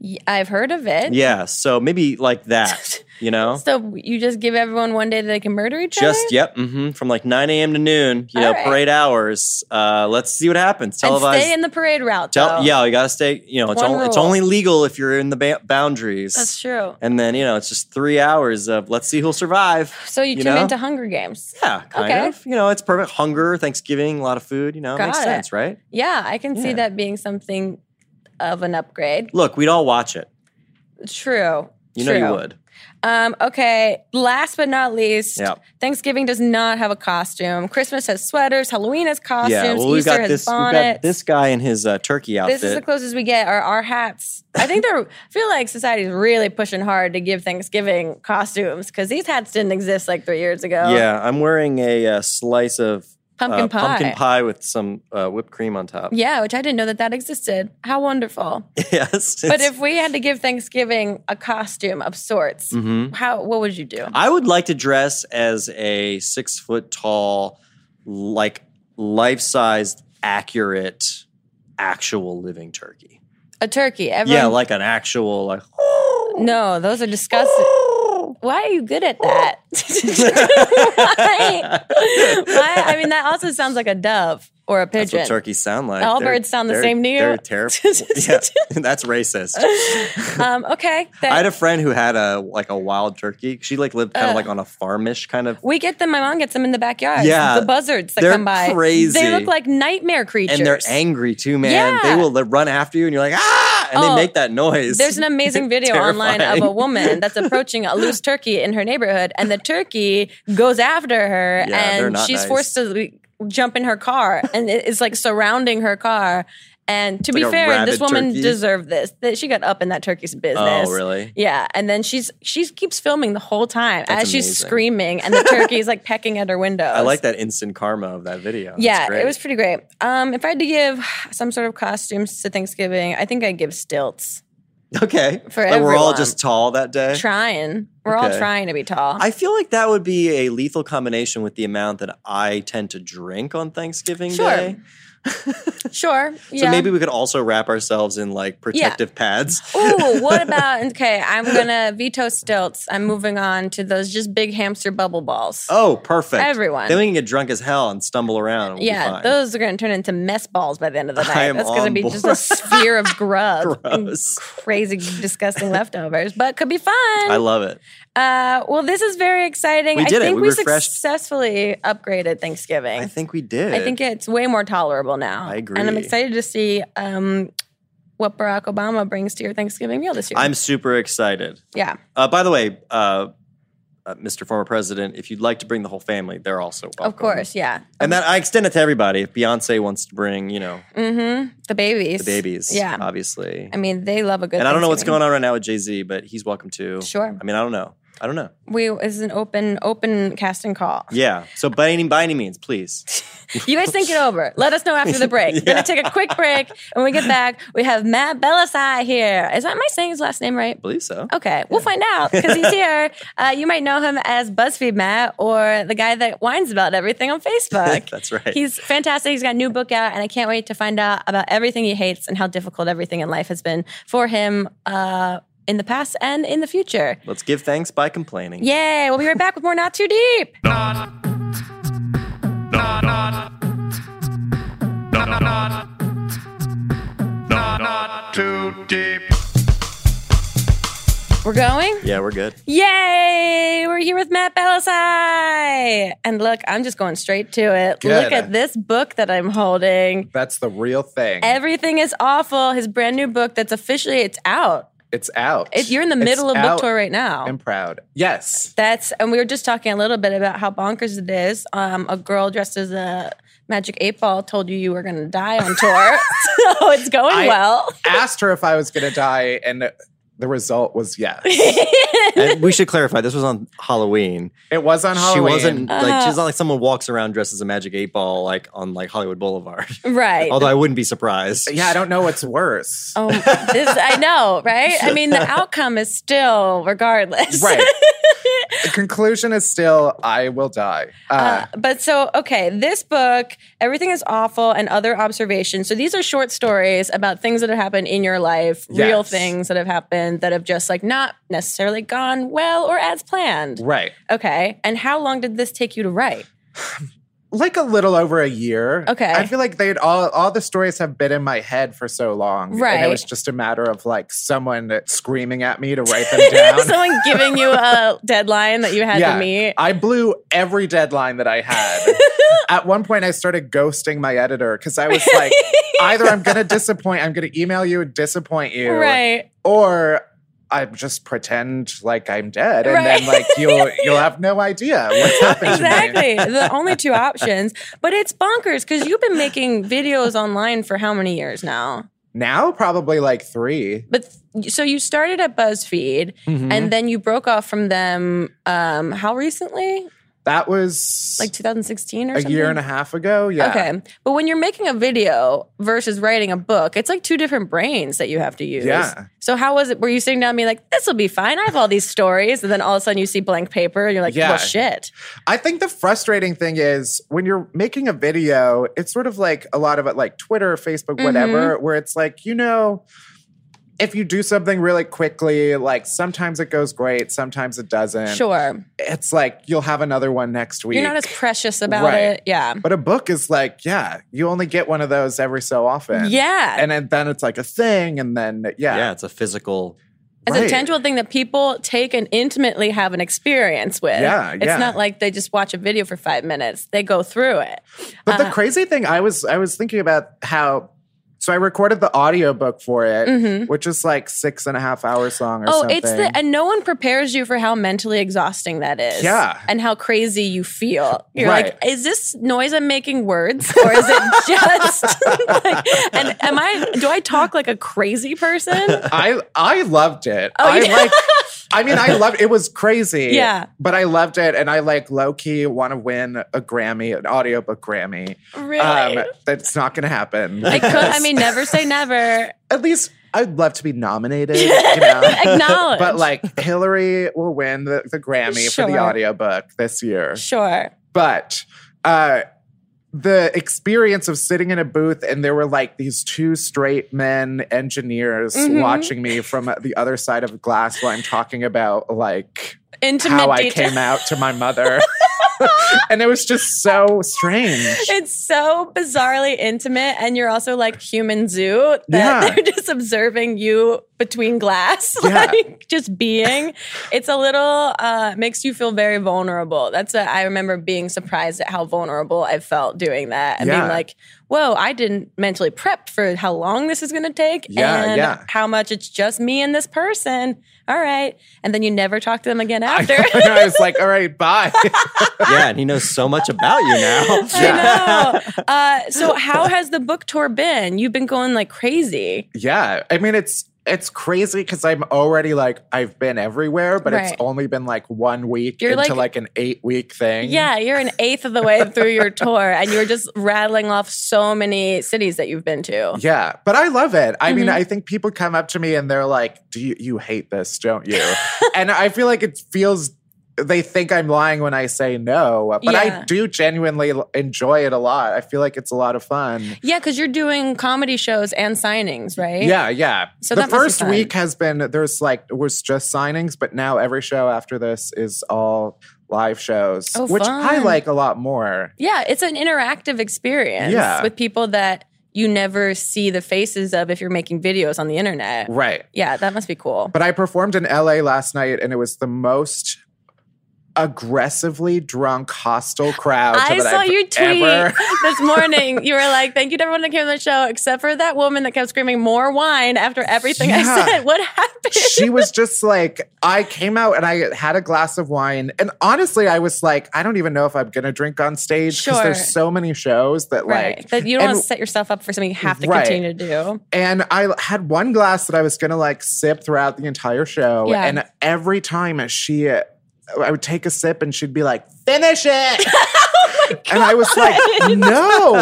Speaker 1: Y- I've heard of it.
Speaker 2: Yeah, so maybe like that, you know?
Speaker 1: So you just give everyone one day that they can murder each other?
Speaker 2: Oh. Just yep, hmm from like 9 a.m. to noon, you know,
Speaker 1: All right.
Speaker 2: parade hours. Uh, let's see what happens.
Speaker 1: And
Speaker 2: Televised.
Speaker 1: stay in the parade route.
Speaker 2: tel-
Speaker 1: though.
Speaker 2: yeah, you gotta stay. You know, it's,
Speaker 1: One
Speaker 2: only it's
Speaker 1: rule.
Speaker 2: only legal if you're in the ba- boundaries.
Speaker 1: That's true.
Speaker 2: And then you know, it's just three hours of let's see who'll survive.
Speaker 1: So you,
Speaker 2: You
Speaker 1: turn
Speaker 2: know?
Speaker 1: into Hunger Games.
Speaker 2: Yeah, kind
Speaker 1: Okay.
Speaker 2: of. You know, it's perfect. Hunger, Thanksgiving, a lot of food. You know, it
Speaker 1: Got
Speaker 2: makes
Speaker 1: it.
Speaker 2: sense, right?
Speaker 1: Yeah, I can see
Speaker 2: Yeah.
Speaker 1: that being something of an upgrade.
Speaker 2: Look, we'd all watch it.
Speaker 1: True.
Speaker 2: You know, you
Speaker 1: True.
Speaker 2: would.
Speaker 1: Um, okay. Last but not least,
Speaker 2: Yeah.
Speaker 1: Thanksgiving does not have a costume. Christmas has sweaters. Halloween has costumes.
Speaker 2: yeah. Well,
Speaker 1: Easter
Speaker 2: we've got
Speaker 1: has
Speaker 2: this. We've
Speaker 1: bonnets.
Speaker 2: got this guy in his uh, turkey outfit.
Speaker 1: This is the closest we get are our hats. I think they're. I feel like society's really pushing hard to give Thanksgiving costumes because these hats didn't exist like three years ago.
Speaker 2: yeah, I'm wearing a uh, slice of
Speaker 1: Pumpkin
Speaker 2: uh,
Speaker 1: pie.
Speaker 2: pumpkin pie with some uh, whipped cream on top.
Speaker 1: Yeah, which I didn't know that that existed. How wonderful!
Speaker 2: yes.
Speaker 1: But if we had to give Thanksgiving a costume of sorts,
Speaker 2: Mhm.
Speaker 1: how what would you do?
Speaker 2: I would like to dress as a six foot tall, like life sized, accurate, actual living turkey.
Speaker 1: A turkey. Everyone,
Speaker 2: Yeah, like an actual like.
Speaker 1: no, those are disgusting. Why are you good at that? Why? Why? I mean, that also sounds like a dove or a
Speaker 2: That's
Speaker 1: pigeon.
Speaker 2: what turkeys sound like.
Speaker 1: All birds sound the
Speaker 2: they're-
Speaker 1: same to you?
Speaker 2: They're terrible. yeah, that's racist.
Speaker 1: um, okay.
Speaker 2: I
Speaker 1: That,
Speaker 2: had a friend who had a like a wild turkey. She like lived kind
Speaker 1: Ugh.
Speaker 2: of like on a farmish kind of.
Speaker 1: we get them. My mom gets them in the backyard.
Speaker 2: Yeah,
Speaker 1: the buzzards that
Speaker 2: they're
Speaker 1: come by.
Speaker 2: crazy.
Speaker 1: They look like nightmare creatures.
Speaker 2: And they're angry too, man.
Speaker 1: Yeah.
Speaker 2: They will like, run after you, and you're like ah, and
Speaker 1: Oh,
Speaker 2: they make that noise.
Speaker 1: There's an amazing video online of a
Speaker 2: Terrifying.
Speaker 1: woman that's approaching a loose turkey in her neighborhood, and the turkey goes after her,
Speaker 2: Yeah, they're
Speaker 1: and
Speaker 2: not
Speaker 1: she's
Speaker 2: nice.
Speaker 1: forced to like, jump in her car, and it- it's like surrounding her car. And to be
Speaker 2: like a
Speaker 1: fair, this
Speaker 2: rabid
Speaker 1: woman
Speaker 2: turkey.
Speaker 1: deserved this. That she got up in that turkey's business.
Speaker 2: Oh, really?
Speaker 1: Yeah, and then she's she keeps filming the whole time
Speaker 2: That's
Speaker 1: as she's
Speaker 2: amazing.
Speaker 1: screaming, and the turkey's like pecking at her window.
Speaker 2: I like that instant karma of that video. That's
Speaker 1: Yeah,
Speaker 2: great.
Speaker 1: it was pretty great. Um, if I had to give some sort of costumes to Thanksgiving, I think I'd give stilts.
Speaker 2: okay.
Speaker 1: for
Speaker 2: Like, we're all
Speaker 1: everyone.
Speaker 2: just tall that day.
Speaker 1: Trying, we're all
Speaker 2: Okay.
Speaker 1: trying to be tall.
Speaker 2: I feel like that would be a lethal combination with the amount that I tend to drink on Thanksgiving
Speaker 1: Sure.
Speaker 2: Day.
Speaker 1: sure.
Speaker 2: So
Speaker 1: Yeah.
Speaker 2: maybe we could also wrap ourselves in like protective pads.
Speaker 1: Ooh, what about? Okay, I'm gonna veto stilts. I'm moving on to those just big hamster bubble balls.
Speaker 2: Oh, perfect.
Speaker 1: Everyone.
Speaker 2: Then we can get drunk as hell and stumble around. and we'll be
Speaker 1: yeah,
Speaker 2: fine.
Speaker 1: those are gonna turn into mess balls by the end of the
Speaker 2: I
Speaker 1: night.
Speaker 2: am
Speaker 1: That's gonna
Speaker 2: on
Speaker 1: be
Speaker 2: board.
Speaker 1: just a sphere of grub, and
Speaker 2: Gross.
Speaker 1: crazy, disgusting leftovers, but could be fun.
Speaker 2: I love it.
Speaker 1: uh, well, this is very exciting.
Speaker 2: We did
Speaker 1: I
Speaker 2: it.
Speaker 1: think
Speaker 2: We
Speaker 1: we,
Speaker 2: refreshed-
Speaker 1: successfully upgraded Thanksgiving.
Speaker 2: I think we did.
Speaker 1: I think it's way more tolerable now.
Speaker 2: I agree.
Speaker 1: And I'm excited to see um, what Barack Obama brings to your Thanksgiving meal this year.
Speaker 2: I'm super excited.
Speaker 1: yeah.
Speaker 2: Uh, by the way, uh, uh, Mr. Former President, if you'd like to bring the whole family, they're also welcome.
Speaker 1: Of course, yeah.
Speaker 2: And that I extend it to everybody. If Beyonce wants to bring, you know,
Speaker 1: Mm-hmm. The babies.
Speaker 2: the babies,
Speaker 1: Yeah.
Speaker 2: obviously.
Speaker 1: I mean, they love a good
Speaker 2: and I don't know what's going on right now with Jay Z, but he's welcome to.
Speaker 1: Sure.
Speaker 2: I mean, I don't know. I don't know.
Speaker 1: We it's an open open casting call.
Speaker 2: Yeah. So by any by any means, please.
Speaker 1: You guys think it over. Let us know after the break. We're gonna take a quick break. When we get back, we have Matt Belisai here. Is that am I saying his last name right?
Speaker 2: I believe so.
Speaker 1: Okay, we'll find out because he's here. Uh, you might know him as BuzzFeed Matt or the guy that whines about everything on Facebook.
Speaker 2: That's right.
Speaker 1: He's fantastic. He's got a new book out, and I can't wait to find out about everything he hates and how difficult everything in life has been for him uh, in the past and in the future.
Speaker 2: Let's give thanks by complaining.
Speaker 1: Yay! We'll be right back with more Not Too Deep.
Speaker 3: Not too deep.
Speaker 1: We're going.
Speaker 2: Yeah, we're good.
Speaker 1: Yay! We're here with Matt Belisai. And look, I'm just going straight to it.
Speaker 4: Good.
Speaker 1: Look at this book that I'm holding.
Speaker 4: That's the real thing.
Speaker 1: Everything is awful. His brand new book that's officially it's out.
Speaker 4: it's out.
Speaker 1: It, you're in the
Speaker 4: It's
Speaker 1: middle of
Speaker 4: out.
Speaker 1: book tour right now.
Speaker 4: I'm proud. Yes.
Speaker 1: That's and we were just talking a little bit about how bonkers it is. Um, a girl dressed as a magic eight ball told you you were going to die on tour, so it's going
Speaker 4: I-
Speaker 1: well.
Speaker 4: Asked her if I was going to die, and the result was yes.
Speaker 2: and we should clarify this was on Halloween.
Speaker 4: It was on Halloween.
Speaker 2: She wasn't like
Speaker 1: Uh-huh.
Speaker 2: she's not like someone walks around dressed as a magic eight ball like on like Hollywood Boulevard.
Speaker 1: right.
Speaker 2: Although I wouldn't be surprised.
Speaker 4: Yeah, I don't know what's worse.
Speaker 1: Oh, this I know, right? I mean, the outcome is still regardless.
Speaker 4: Right. the conclusion is still I will die. Uh,
Speaker 1: Uh, but so, okay, this book, Everything is Awful and Other Observations. So these are short stories about things that have happened in your life, real
Speaker 4: Yes.
Speaker 1: things that have happened that have just like not necessarily gone well or as planned.
Speaker 4: right.
Speaker 1: Okay. And how long did this take you to write?
Speaker 4: Like a little over a year.
Speaker 1: Okay.
Speaker 4: I feel like they'd all all the stories have been in my head for so long. And
Speaker 1: Right.
Speaker 4: it was just a matter of like someone screaming at me to write them down.
Speaker 1: Someone giving you a deadline that you had to meet.
Speaker 4: I blew every deadline that I had. At one point, I started ghosting my editor because I was like, either I'm going to disappoint, I'm going to email you and disappoint you,
Speaker 1: Right.
Speaker 4: or I just pretend like I'm dead, and
Speaker 1: Right.
Speaker 4: then like you'll you'll have no idea what's happened to me.
Speaker 1: Exactly. the only two options. But it's bonkers because you've been making videos online for how many years now?
Speaker 4: Now, probably like three.
Speaker 1: But th- so you started at BuzzFeed
Speaker 4: Mm-hmm.
Speaker 1: and then you broke off from them um how recently?
Speaker 4: That was
Speaker 1: Like 2016 or
Speaker 4: a
Speaker 1: something?
Speaker 4: year and a half ago. Yeah.
Speaker 1: Okay. But when you're making a video versus writing a book, it's like two different brains that you have to use.
Speaker 4: Yeah.
Speaker 1: So how was it? Were you sitting down and being like, this will be fine. I have all these stories. And then all of a sudden you see blank paper and you're like,
Speaker 4: Yeah.
Speaker 1: well, shit.
Speaker 4: I think the frustrating thing is when you're making a video, it's sort of like a lot of it, like Twitter,
Speaker 1: Mm-hmm.
Speaker 4: Facebook, whatever, where it's like, you know, if you do something really quickly, like sometimes it goes great, sometimes it doesn't.
Speaker 1: Sure.
Speaker 4: It's like you'll have another one next week.
Speaker 1: You're not as precious about
Speaker 4: Right.
Speaker 1: it. Yeah.
Speaker 4: but a book is like, yeah, you only get one of those every so often.
Speaker 1: Yeah.
Speaker 4: And then, then it's like a thing. And then, yeah.
Speaker 2: yeah, it's a physical.
Speaker 1: It's a
Speaker 4: Right.
Speaker 1: tangible thing that people take and intimately have an experience with.
Speaker 4: Yeah,
Speaker 1: It's
Speaker 4: yeah.
Speaker 1: not like they just watch a video for five minutes. They go through it.
Speaker 4: But
Speaker 1: Uh-huh.
Speaker 4: the crazy thing, I was I was thinking about how. So I recorded the audiobook for it, which is like six and a half hours long or
Speaker 1: Mm-hmm. Oh,
Speaker 4: something.
Speaker 1: it's the and no one prepares you for how mentally exhausting that is.
Speaker 4: Yeah.
Speaker 1: And how crazy you feel. You're
Speaker 4: Right.
Speaker 1: like, is this noise I'm making words? Or is it just like and am I do I talk like a crazy person?
Speaker 4: I I loved it.
Speaker 1: Oh,
Speaker 4: I
Speaker 1: you-
Speaker 4: like. I mean, I loved it. Was crazy.
Speaker 1: Yeah.
Speaker 4: but I loved it, and I like low key want to win a Grammy, an audiobook Grammy. Um,
Speaker 1: Really?
Speaker 4: that's not going to happen.
Speaker 1: I could I mean never say never.
Speaker 4: At least I'd love to be nominated. You know.
Speaker 1: Acknowledge.
Speaker 4: But like Hillary will win the, the Grammy for the
Speaker 1: Sure.
Speaker 4: audiobook this year.
Speaker 1: Sure.
Speaker 4: but uh the experience of sitting in a booth and there were like these two straight men engineers
Speaker 1: Mm-hmm.
Speaker 4: watching me from the other side of glass while I'm talking about like
Speaker 1: Intimate
Speaker 4: how I
Speaker 1: detail.
Speaker 4: came out to my mother. and it was just so strange.
Speaker 1: It's so bizarrely intimate, and you're also like human zoo that
Speaker 4: Yeah.
Speaker 1: they're just observing you between glass,
Speaker 4: Yeah.
Speaker 1: like just being. It's a little uh, makes you feel very vulnerable. That's what I remember being surprised at how vulnerable I felt doing that, and
Speaker 4: Yeah.
Speaker 1: being like, "Whoa, I didn't mentally prep for how long this is going to take,
Speaker 4: Yeah,
Speaker 1: and
Speaker 4: yeah.
Speaker 1: how much it's just me and this person." All right, and then you never talk to them again after.
Speaker 4: and I was like, all right, bye.
Speaker 2: Yeah, and he knows so much about you now.
Speaker 1: I know. Uh, so, how has the book tour been? You've been going like crazy.
Speaker 4: yeah. I mean it's it's crazy because I'm already like I've been everywhere, but
Speaker 1: Right.
Speaker 4: it's only been like one week
Speaker 1: You're,
Speaker 4: into
Speaker 1: like-
Speaker 4: like, an eight week thing.
Speaker 1: Yeah, you're an eighth of the way through your tour, and you're just rattling off so many cities that you've been to.
Speaker 4: Yeah, but I love it. I
Speaker 1: Mm-hmm.
Speaker 4: mean, I think people come up to me and they're like, "Do you you hate this, don't you?" and I feel like it feels they think I'm lying when I say no, but
Speaker 1: Yeah.
Speaker 4: I do genuinely l- enjoy it a lot. I feel like it's a lot of fun.
Speaker 1: Yeah, because you're doing comedy shows and signings, right?
Speaker 4: Yeah, yeah.
Speaker 1: So
Speaker 4: the
Speaker 1: that must be
Speaker 4: first
Speaker 1: fun.
Speaker 4: week has been there's like was just signings, but now every show after this is all live shows,
Speaker 1: Oh,
Speaker 4: which I
Speaker 1: fun.
Speaker 4: like a lot more.
Speaker 1: Yeah, it's an interactive experience
Speaker 4: Yeah.
Speaker 1: with people that you never see the faces of if you're making videos on the internet.
Speaker 4: Right.
Speaker 1: Yeah, that must be cool.
Speaker 4: But I performed in LA last night and it was the most aggressively drunk hostile crowd
Speaker 1: I
Speaker 4: that
Speaker 1: saw
Speaker 4: I've
Speaker 1: you tweet
Speaker 4: ever-
Speaker 1: this morning. You were like, "Thank you to everyone that came to the show, except for that woman that kept screaming more wine after everything I
Speaker 4: Yeah.
Speaker 1: said." What happened?
Speaker 4: she was just like I came out and I had a glass of wine and honestly I was like I don't even know if I'm going to drink on stage cuz
Speaker 1: Sure.
Speaker 4: there's so many shows that
Speaker 1: right,
Speaker 4: like
Speaker 1: that you don't
Speaker 4: and-
Speaker 1: want to set yourself up for something you have to
Speaker 4: Right.
Speaker 1: continue to do.
Speaker 4: and I had one glass that I was gonna like sip throughout the entire show.
Speaker 1: Yeah.
Speaker 4: And uh,
Speaker 1: Oh
Speaker 4: every time she, I would take a sip and she'd be like, finish it. and I was like, no,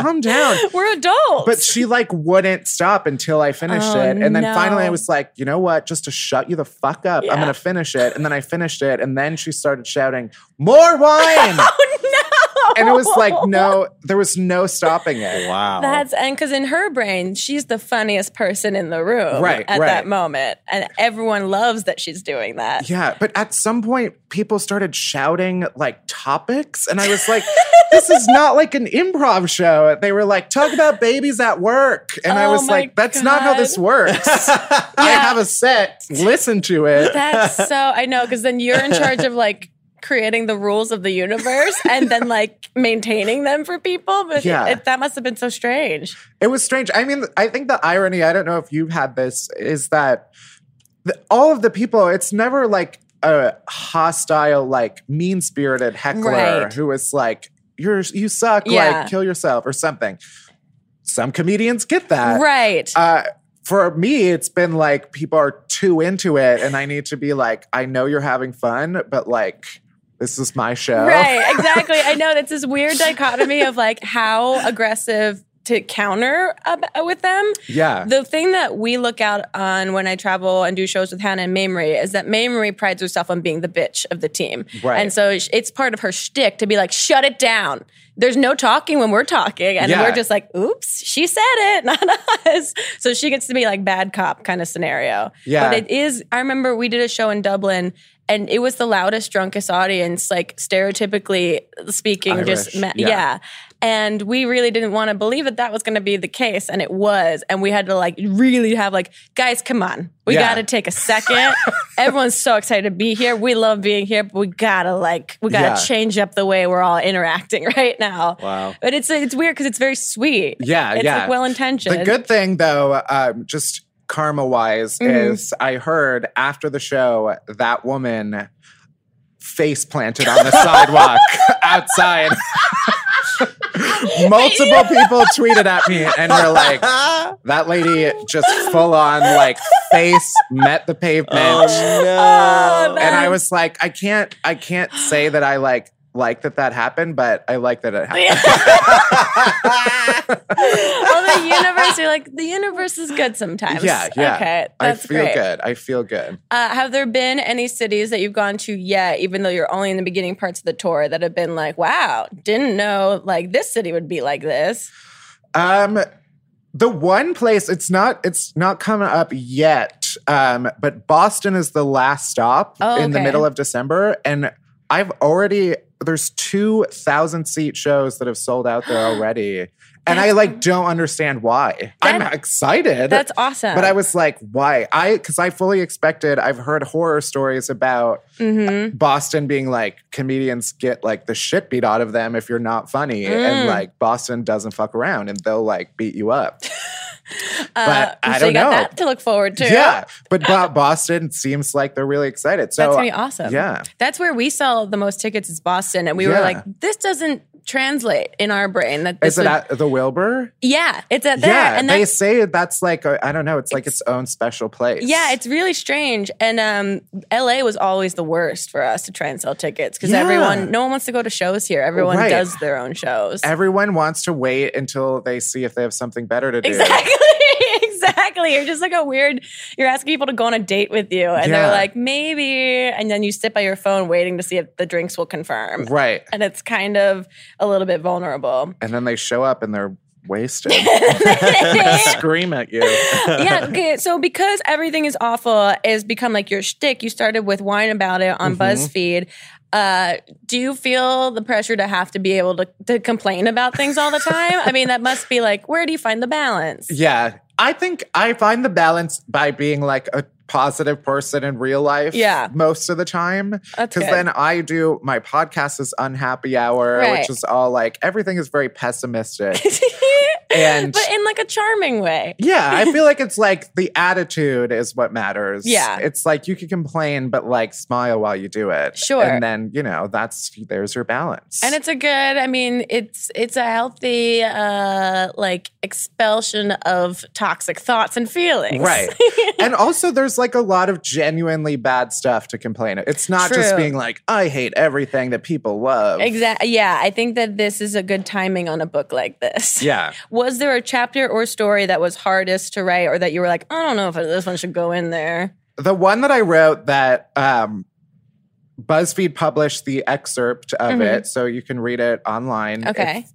Speaker 4: calm down.
Speaker 1: We're adults.
Speaker 4: But she like wouldn't stop until I finished
Speaker 1: Oh,
Speaker 4: it. And then
Speaker 1: no.
Speaker 4: finally I was like, you know what? Just to shut you the fuck up,
Speaker 1: Yeah.
Speaker 4: I'm gonna finish it. And then I finished it. And then she started shouting, More wine!
Speaker 1: oh no!
Speaker 4: and it was like, no, there was no stopping it.
Speaker 2: Wow.
Speaker 1: That's and because in her brain, she's the funniest person in the room
Speaker 4: Right,
Speaker 1: at
Speaker 4: right.
Speaker 1: that moment, and everyone loves that she's doing that.
Speaker 4: Yeah, but at some point, people started shouting like topics, and I was like, "This is not like an improv show." They were like, "Talk about babies at work," and I
Speaker 1: Oh
Speaker 4: was
Speaker 1: my
Speaker 4: like, "That's not how this
Speaker 1: God.
Speaker 4: works." I have a set. Listen to it.
Speaker 1: That's so I know because then you're in charge of like creating the rules of the universe and then like maintaining them for people. But
Speaker 4: Yeah.
Speaker 1: it, that must have been so strange.
Speaker 4: It was strange. I mean, I think the irony, I don't know if you've had this, is that the, all of the people, it's never like a hostile, like mean spirited heckler
Speaker 1: Right.
Speaker 4: who is like, you're, you suck,
Speaker 1: Yeah.
Speaker 4: like kill yourself or something. Some comedians get that.
Speaker 1: right.
Speaker 4: Uh, for me, it's been like people are too into it, and I need to be like, I know you're having fun, but like, this is my show.
Speaker 1: Right, exactly. I know that's this weird dichotomy of like how aggressive to counter ab- with them.
Speaker 4: Yeah.
Speaker 1: The thing that we look out on when I travel and do shows with Hannah and Mamrie is that Mamrie prides herself on being the bitch of the team.
Speaker 4: Right.
Speaker 1: And so sh- it's part of her shtick to be like, shut it down. There's no talking when we're talking. And
Speaker 4: Yeah.
Speaker 1: we're just like, oops, she said it, not us. So she gets to be like bad cop kind of scenario.
Speaker 4: Yeah.
Speaker 1: But it is, I remember we did a show in Dublin and it was the loudest, drunkest audience, like stereotypically speaking, just
Speaker 4: Irish,
Speaker 1: ma-
Speaker 4: yeah.
Speaker 1: yeah. And we really didn't want to believe that that was going to be the case. And it was. And we had to like really have like, guys, come on. We
Speaker 4: Yeah.
Speaker 1: got to take a second. Everyone's so excited to be here. We love being here, but we got to like, we got to
Speaker 4: Yeah.
Speaker 1: change up the way we're all interacting right now.
Speaker 2: Wow.
Speaker 1: But it's, it's weird because it's very sweet.
Speaker 4: Yeah,
Speaker 1: It's
Speaker 4: yeah.
Speaker 1: like well intentioned.
Speaker 4: The good thing, though, um, just karma wise,
Speaker 1: Mm-hmm.
Speaker 4: is I heard after the show that woman face planted on the sidewalk outside. Multiple people tweeted at me and were like, that lady just full on like face met the pavement.
Speaker 1: Oh,
Speaker 4: and I
Speaker 1: Um, man.
Speaker 4: was like, I can't, I can't say that I like like that that happened, but I like that it happened.
Speaker 1: well, the universe, you're like, the universe is good sometimes.
Speaker 4: Yeah, yeah.
Speaker 1: Okay, that's
Speaker 4: I feel
Speaker 1: great.
Speaker 4: good. I feel good.
Speaker 1: Uh, have there been any cities that you've gone to yet, even though you're only in the beginning parts of the tour, that have been like, wow, didn't know like this city would be like this?
Speaker 4: Um, the one place it's not it's not coming up yet. Um, but Boston is the last stop
Speaker 1: Oh,
Speaker 4: in the
Speaker 1: okay.
Speaker 4: middle of December, and I've already there's two thousand seat shows that have sold out there already, and I like don't understand why. I'm
Speaker 1: That-
Speaker 4: excited.
Speaker 1: That's awesome.
Speaker 4: But I was like, why? I because I fully expected. I've heard horror stories about
Speaker 1: Mm-hmm.
Speaker 4: Boston being like comedians get like the shit beat out of them if you're not funny,
Speaker 1: Mm.
Speaker 4: and like Boston doesn't fuck around and they'll like beat you up. but I
Speaker 1: Uh, so
Speaker 4: don't
Speaker 1: you got
Speaker 4: know.
Speaker 1: that to look forward to.
Speaker 4: Yeah, but Bo- Boston seems like they're really excited. So
Speaker 1: That's gonna be awesome.
Speaker 4: Yeah,
Speaker 1: That's where we sell the most tickets is Boston. And we were
Speaker 4: Yeah.
Speaker 1: like, this doesn't translate in our brain that this
Speaker 4: uh, is it
Speaker 1: would-
Speaker 4: at the Wilbur?
Speaker 1: yeah, it's at there.
Speaker 4: yeah,
Speaker 1: and
Speaker 4: they
Speaker 1: that's
Speaker 4: say that's like I I don't know. It's like its, own special place.
Speaker 1: Yeah, it's really strange. And um, LA was always the worst for us to try and sell tickets because
Speaker 4: Yeah.
Speaker 1: everyone, no one wants to go to shows here. Everyone
Speaker 4: Right.
Speaker 1: does their own shows.
Speaker 4: everyone wants to wait until they see if they have something better to do.
Speaker 1: exactly. exactly. You're just like a weird, you're asking people to go on a date with you and they're
Speaker 4: Yeah.
Speaker 1: like, maybe. And then you sit by your phone waiting to see if the drinks will confirm.
Speaker 4: Right.
Speaker 1: And it's kind of a little bit vulnerable.
Speaker 4: and then they show up and they're wasted,
Speaker 1: yeah.
Speaker 4: scream at you.
Speaker 1: Okay. So because everything is awful has become like your shtick, you started with wine about it
Speaker 4: Mm-hmm.
Speaker 1: on BuzzFeed. Uh, do you feel the pressure to have to be able to, to complain about things all the time? I mean, that must be like, where do you find the balance?
Speaker 4: Yeah, I think I find the balance by being like a positive person in real life.
Speaker 1: Yeah.
Speaker 4: most of the time,
Speaker 1: That's good.
Speaker 4: then I do my podcast is Unhappy Hour,
Speaker 1: Right.
Speaker 4: which is all like everything is very pessimistic. And
Speaker 1: but in like a charming way.
Speaker 4: yeah, I feel like it's like the attitude is what matters.
Speaker 1: Yeah.
Speaker 4: It's like you could complain, but like smile while you do it.
Speaker 1: Sure.
Speaker 4: And then, you know, that's there's your balance.
Speaker 1: And it's a good, I mean, it's it's a healthy uh like expulsion of toxic thoughts and feelings.
Speaker 4: Right. and also, there's like a lot of genuinely bad stuff to complain. of. It's not just
Speaker 1: True.
Speaker 4: being like, I hate everything that people love.
Speaker 1: Exactly. Yeah, I think that this is a good timing on a book like this.
Speaker 4: Yeah.
Speaker 1: Was there a chapter or story that was hardest to write, or that you were like, I don't know if this one should go in there?
Speaker 4: The one that I wrote that um, BuzzFeed published the excerpt of
Speaker 1: Mhm.
Speaker 4: it, so you can read it online. if-
Speaker 1: Okay.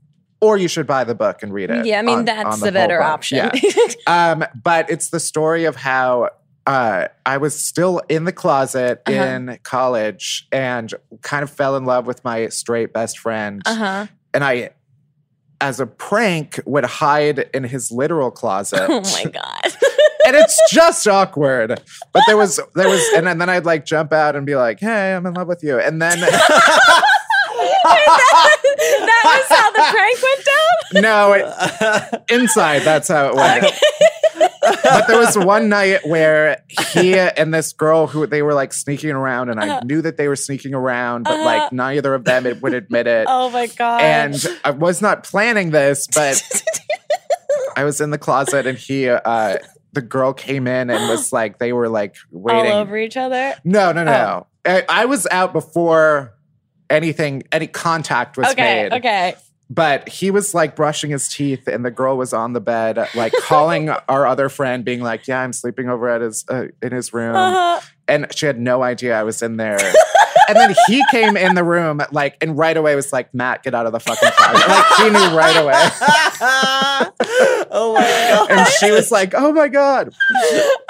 Speaker 4: or you should buy the book and read it.
Speaker 1: yeah, I mean
Speaker 4: uh, on-
Speaker 1: that's
Speaker 4: on
Speaker 1: the,
Speaker 4: whole
Speaker 1: better
Speaker 4: book.
Speaker 1: option.
Speaker 4: Yeah. Um, but it's the story of how uh, I was still in the closet
Speaker 1: Uh-huh.
Speaker 4: in college and kind of fell in love with my straight best friend.
Speaker 1: uh huh.
Speaker 4: And I, as a prank, would hide in his literal closet.
Speaker 1: Oh my god.
Speaker 4: and it's just awkward. But there was, there was, and, then- then I'd like jump out and be like, hey, I'm in love with you. And then,
Speaker 1: that was how the prank went down.
Speaker 4: no, it,
Speaker 2: Oh,
Speaker 4: inside, that's how it went. but there was one night where he and this girl who they were like sneaking around, and I
Speaker 1: Uh-huh.
Speaker 4: knew that they were sneaking around, but like neither of them would admit it.
Speaker 1: Oh my god.
Speaker 4: and I was not planning this, but I was in the closet, and he, uh, the girl came in and was like, they were like
Speaker 1: all
Speaker 4: waiting.
Speaker 1: over Oh. each other.
Speaker 4: No, no, no. I, I was out before anything, any contact was
Speaker 1: Okay.
Speaker 4: made
Speaker 1: Okay.
Speaker 4: but he was like brushing his teeth and the girl was on the bed like calling our other friend being like yeah i'm sleeping over at his uh, in his room
Speaker 1: Uh-huh.
Speaker 4: and she had no idea i was in there and then he came in the room like and right away was like matt get out of the fucking closet like she knew right away
Speaker 2: oh my god.
Speaker 4: and she was like oh my god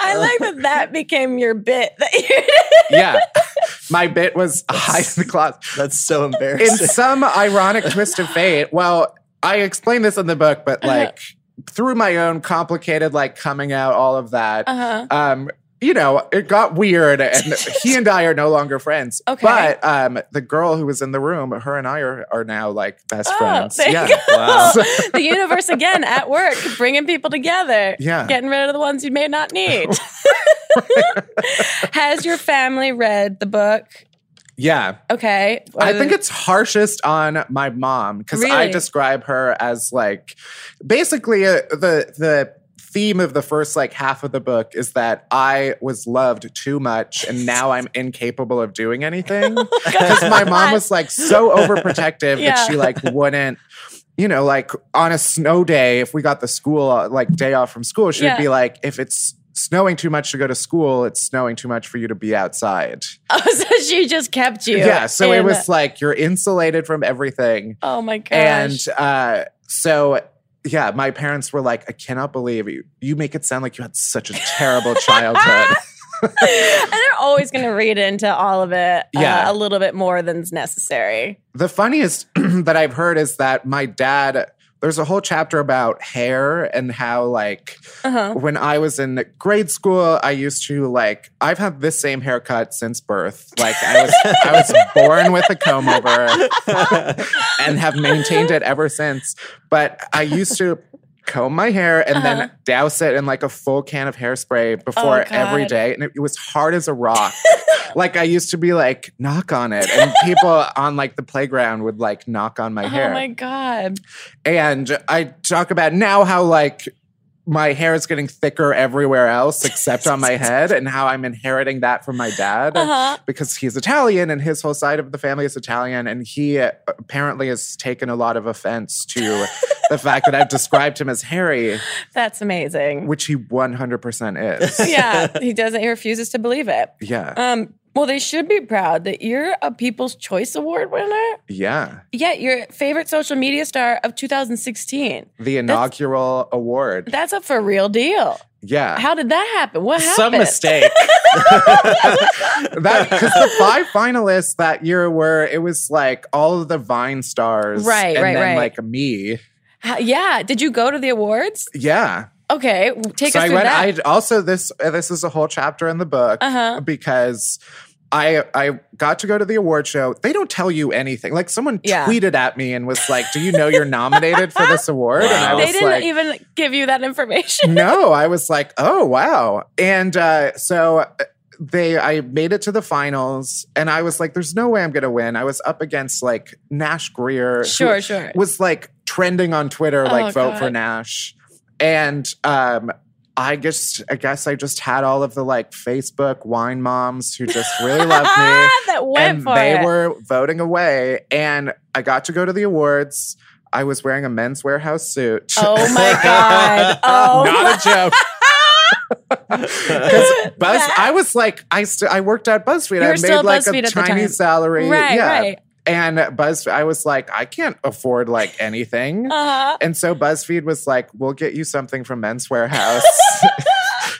Speaker 1: I like that that became your bit that you
Speaker 4: yeah my bit was hide in the closet
Speaker 2: That's so
Speaker 4: in
Speaker 2: embarrassing.
Speaker 4: some ironic twist of fate, well, I explain this in the book, but like through my own complicated like coming out, all of that,
Speaker 1: Uh-huh.
Speaker 4: um, you know, it got weird, and he and I are no longer friends.
Speaker 1: Okay.
Speaker 4: but um, the girl who was in the room, her and I are, are now like best friends.
Speaker 1: Oh, thank
Speaker 4: Yeah,
Speaker 1: God.
Speaker 2: Wow.
Speaker 1: the universe again at work, bringing people together.
Speaker 4: Yeah.
Speaker 1: Getting rid of the ones you may not need. Has your family read the book?
Speaker 4: yeah.
Speaker 1: Okay.
Speaker 4: I think it's harshest on my mom because I
Speaker 1: Really?
Speaker 4: describe her as like basically uh, the the theme of the first like half of the book is that I was loved too much and now I'm incapable of doing anything because my mom was like so overprotective
Speaker 1: Yeah.
Speaker 4: that she like wouldn't. You know, like on a snow day, if we got the school uh, like day off from school, she'd
Speaker 1: Yeah.
Speaker 4: be like, "If it's snowing too much to go to school, it's snowing too much for you to be outside."
Speaker 1: Oh, so she just kept you.
Speaker 4: Yeah, so it
Speaker 1: in-
Speaker 4: was like you're insulated from everything.
Speaker 1: Oh my gosh.
Speaker 4: And uh, so, yeah, my parents were like, I cannot believe you. You make it sound like you had such a terrible childhood.
Speaker 1: and they're always going to read into all of it uh,
Speaker 4: Yeah.
Speaker 1: a little bit more than's necessary.
Speaker 4: the funniest that I've heard is that my dad, there's a whole chapter about hair and how, like,
Speaker 1: Uh-huh.
Speaker 4: when I was in grade school, I used to like I've had this same haircut since birth. Like I was I was born with a comb over and have maintained it ever since. But I used to comb my hair and then douse it in like a full can of hairspray before
Speaker 1: Uh-huh. Oh, God.
Speaker 4: every day and it, it was hard as a rock. like I used to be like knock on it and people on like the playground would like knock on my hair.
Speaker 1: Oh my God.
Speaker 4: And I talk about now how like my hair is getting thicker everywhere else except on my head and how I'm inheriting that from my dad
Speaker 1: Uh-huh.
Speaker 4: because he's Italian and his whole side of the family is Italian and he uh, apparently has taken a lot of offense to the fact that I've described him as hairy
Speaker 1: That's amazing.
Speaker 4: which he 100% is.
Speaker 1: yeah. He doesn't, he refuses to believe it.
Speaker 4: Yeah.
Speaker 1: Um, well, they should be proud that you're a People's Choice Award winner.
Speaker 4: yeah.
Speaker 1: Yeah, your favorite social media star of 2016.
Speaker 4: The inaugural award.
Speaker 1: That's a for real deal.
Speaker 4: yeah.
Speaker 1: How did that happen? What happened?
Speaker 2: Some mistake.
Speaker 4: that because the five finalists that year were it was like all of the Vine stars,
Speaker 1: Right,
Speaker 4: and
Speaker 1: right, right.
Speaker 4: then Like me,
Speaker 1: How- yeah. Did you go to the awards?
Speaker 4: yeah.
Speaker 1: Okay, w- take
Speaker 4: so
Speaker 1: us
Speaker 4: I
Speaker 1: through
Speaker 4: read.
Speaker 1: that.
Speaker 4: I also this uh, this is a whole chapter in the book
Speaker 1: Uh-huh.
Speaker 4: because I I got to go to the award show. They don't tell you anything. Like someone
Speaker 1: Yeah.
Speaker 4: tweeted at me and was like, "Do you know you're nominated for this award?" And I
Speaker 2: Wow.
Speaker 4: was
Speaker 1: They didn't
Speaker 4: like,
Speaker 1: even give you that information.
Speaker 4: no, I was like, oh wow. And uh, so uh, they, I made it to the finals, and I was like, there's no way I'm gonna win. I was up against like Nash Greer, who
Speaker 1: Sure, sure.
Speaker 4: was like trending on Twitter, like
Speaker 1: Oh,
Speaker 4: vote for
Speaker 1: God.
Speaker 4: Nash, and um. I guess I guess I just had all of the like Facebook wine moms who just really loved me
Speaker 1: Ah, that went
Speaker 4: and
Speaker 1: for
Speaker 4: they
Speaker 1: it.
Speaker 4: were voting away and i got to go to the awards i was wearing a men's warehouse suit
Speaker 1: oh my god! Oh, my-
Speaker 4: not a joke because Buzz, I was like, I st- I worked at BuzzFeed.
Speaker 1: You
Speaker 4: I
Speaker 1: were still
Speaker 4: made
Speaker 1: at
Speaker 4: like
Speaker 1: BuzzFeed at
Speaker 4: a
Speaker 1: the
Speaker 4: tiny
Speaker 1: time.
Speaker 4: salary,
Speaker 1: Right,
Speaker 4: yeah.
Speaker 1: right.
Speaker 4: And BuzzFeed, I was like, I can't afford like anything.
Speaker 1: uh-huh.
Speaker 4: And so BuzzFeed was like, we'll get you something from Men's Warehouse.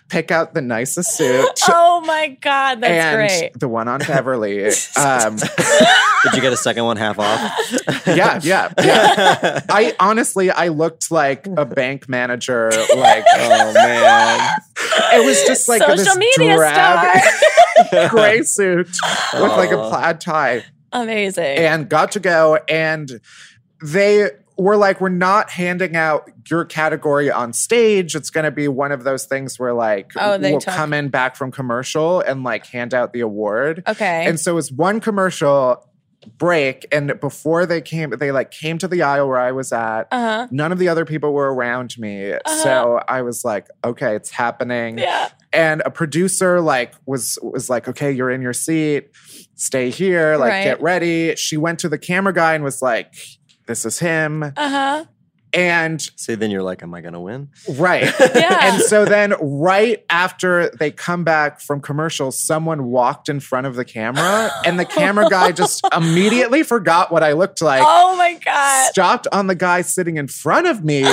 Speaker 4: Pick out the nicest suit.
Speaker 1: oh my god! That's
Speaker 4: and
Speaker 1: great.
Speaker 4: the one on Beverly. um,
Speaker 2: Did you get a second one half off?
Speaker 4: yeah, yeah, yeah. I honestly, I looked like a bank manager. Like, oh man, it was just like
Speaker 1: Social
Speaker 4: this
Speaker 1: media
Speaker 4: drab
Speaker 1: star.
Speaker 4: gray suit with like a plaid tie,
Speaker 1: Amazing.
Speaker 4: and got to go. And they were like, "We're not handing out your category on stage. It's going to be one of those things where like
Speaker 1: Oh, they
Speaker 4: we'll
Speaker 1: took-
Speaker 4: come in back from commercial and like hand out the award."
Speaker 1: okay.
Speaker 4: And so it was one commercial break, and before they came, they like came to the aisle where I was at.
Speaker 1: uh huh.
Speaker 4: None of the other people were around me,
Speaker 1: Uh-huh.
Speaker 4: so I was like, "Okay, it's happening."
Speaker 1: Yeah.
Speaker 4: And a producer like was was like, "Okay, you're in your seat, stay here, like
Speaker 1: Right.
Speaker 4: get ready." She went to the camera guy and was like, "This is him,"
Speaker 1: Uh huh.
Speaker 4: and
Speaker 2: so then you're like, am I gonna win?
Speaker 4: right.
Speaker 1: Yeah.
Speaker 4: And so then, right after they come back from commercial, someone walked in front of the camera, and the camera guy just immediately forgot what I looked like,
Speaker 1: oh my god.
Speaker 4: stopped on the guy sitting in front of me.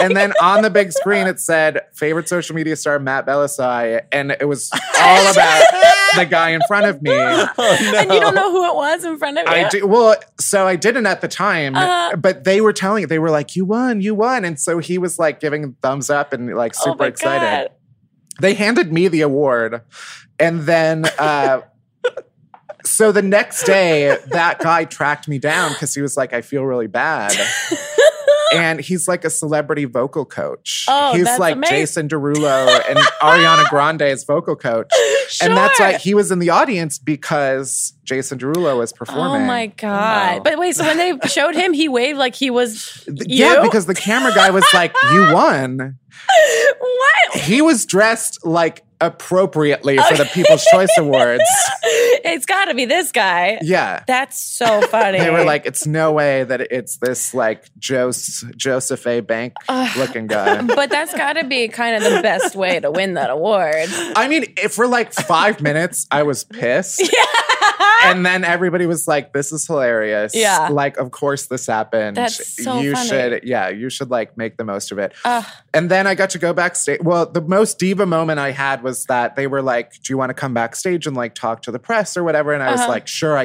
Speaker 1: Oh my
Speaker 4: And then on the big screen, it said favorite social media star Matt Belisai, and it was all about the guy in front of me.
Speaker 1: And you don't know who it was in front of you. Oh
Speaker 4: I do, well, so I didn't at the time,
Speaker 1: Uh-huh.
Speaker 4: but they were telling they were like, "You won, you won," and so he was like giving thumbs up and like
Speaker 1: Oh
Speaker 4: super
Speaker 1: my God.
Speaker 4: excited they handed me the award and then uh so the next day that guy tracked me down because he was like i feel really bad and he's like a celebrity vocal coach
Speaker 1: Oh,
Speaker 4: he's
Speaker 1: that's
Speaker 4: like
Speaker 1: amazing.
Speaker 4: jason derulo and ariana grande's vocal coach and that's why
Speaker 1: Sure.
Speaker 4: he was in the audience because jason derulo was performing
Speaker 1: Oh my god!
Speaker 2: Wow.
Speaker 1: But wait, so when they showed him, he waved like he was you.
Speaker 4: Th- yeah because the camera guy was like you won
Speaker 1: what?
Speaker 4: he was dressed like
Speaker 1: Oh,
Speaker 4: appropriately for the people's choice awards
Speaker 1: It's got to be this guy.
Speaker 4: yeah
Speaker 1: That's so funny.
Speaker 4: They were like, it's no way that it's this like Jos- Joseph A. Bank
Speaker 1: Uh,
Speaker 4: looking guy.
Speaker 1: but that's got to be kind of the best way to win that award.
Speaker 4: I mean, if for like five minutes, I was pissed. And then everybody was like, this is hilarious.
Speaker 1: Yeah.
Speaker 4: Like, of course this happened.
Speaker 1: That's so
Speaker 4: you
Speaker 1: funny.
Speaker 4: should, yeah, you should like make the most of it.
Speaker 1: Ugh.
Speaker 4: and then I got to go backstage. Well, the most diva moment I had was that they were like, do you want to come backstage and like talk to the press or whatever? And I
Speaker 1: Uh-huh.
Speaker 4: was like, sure, I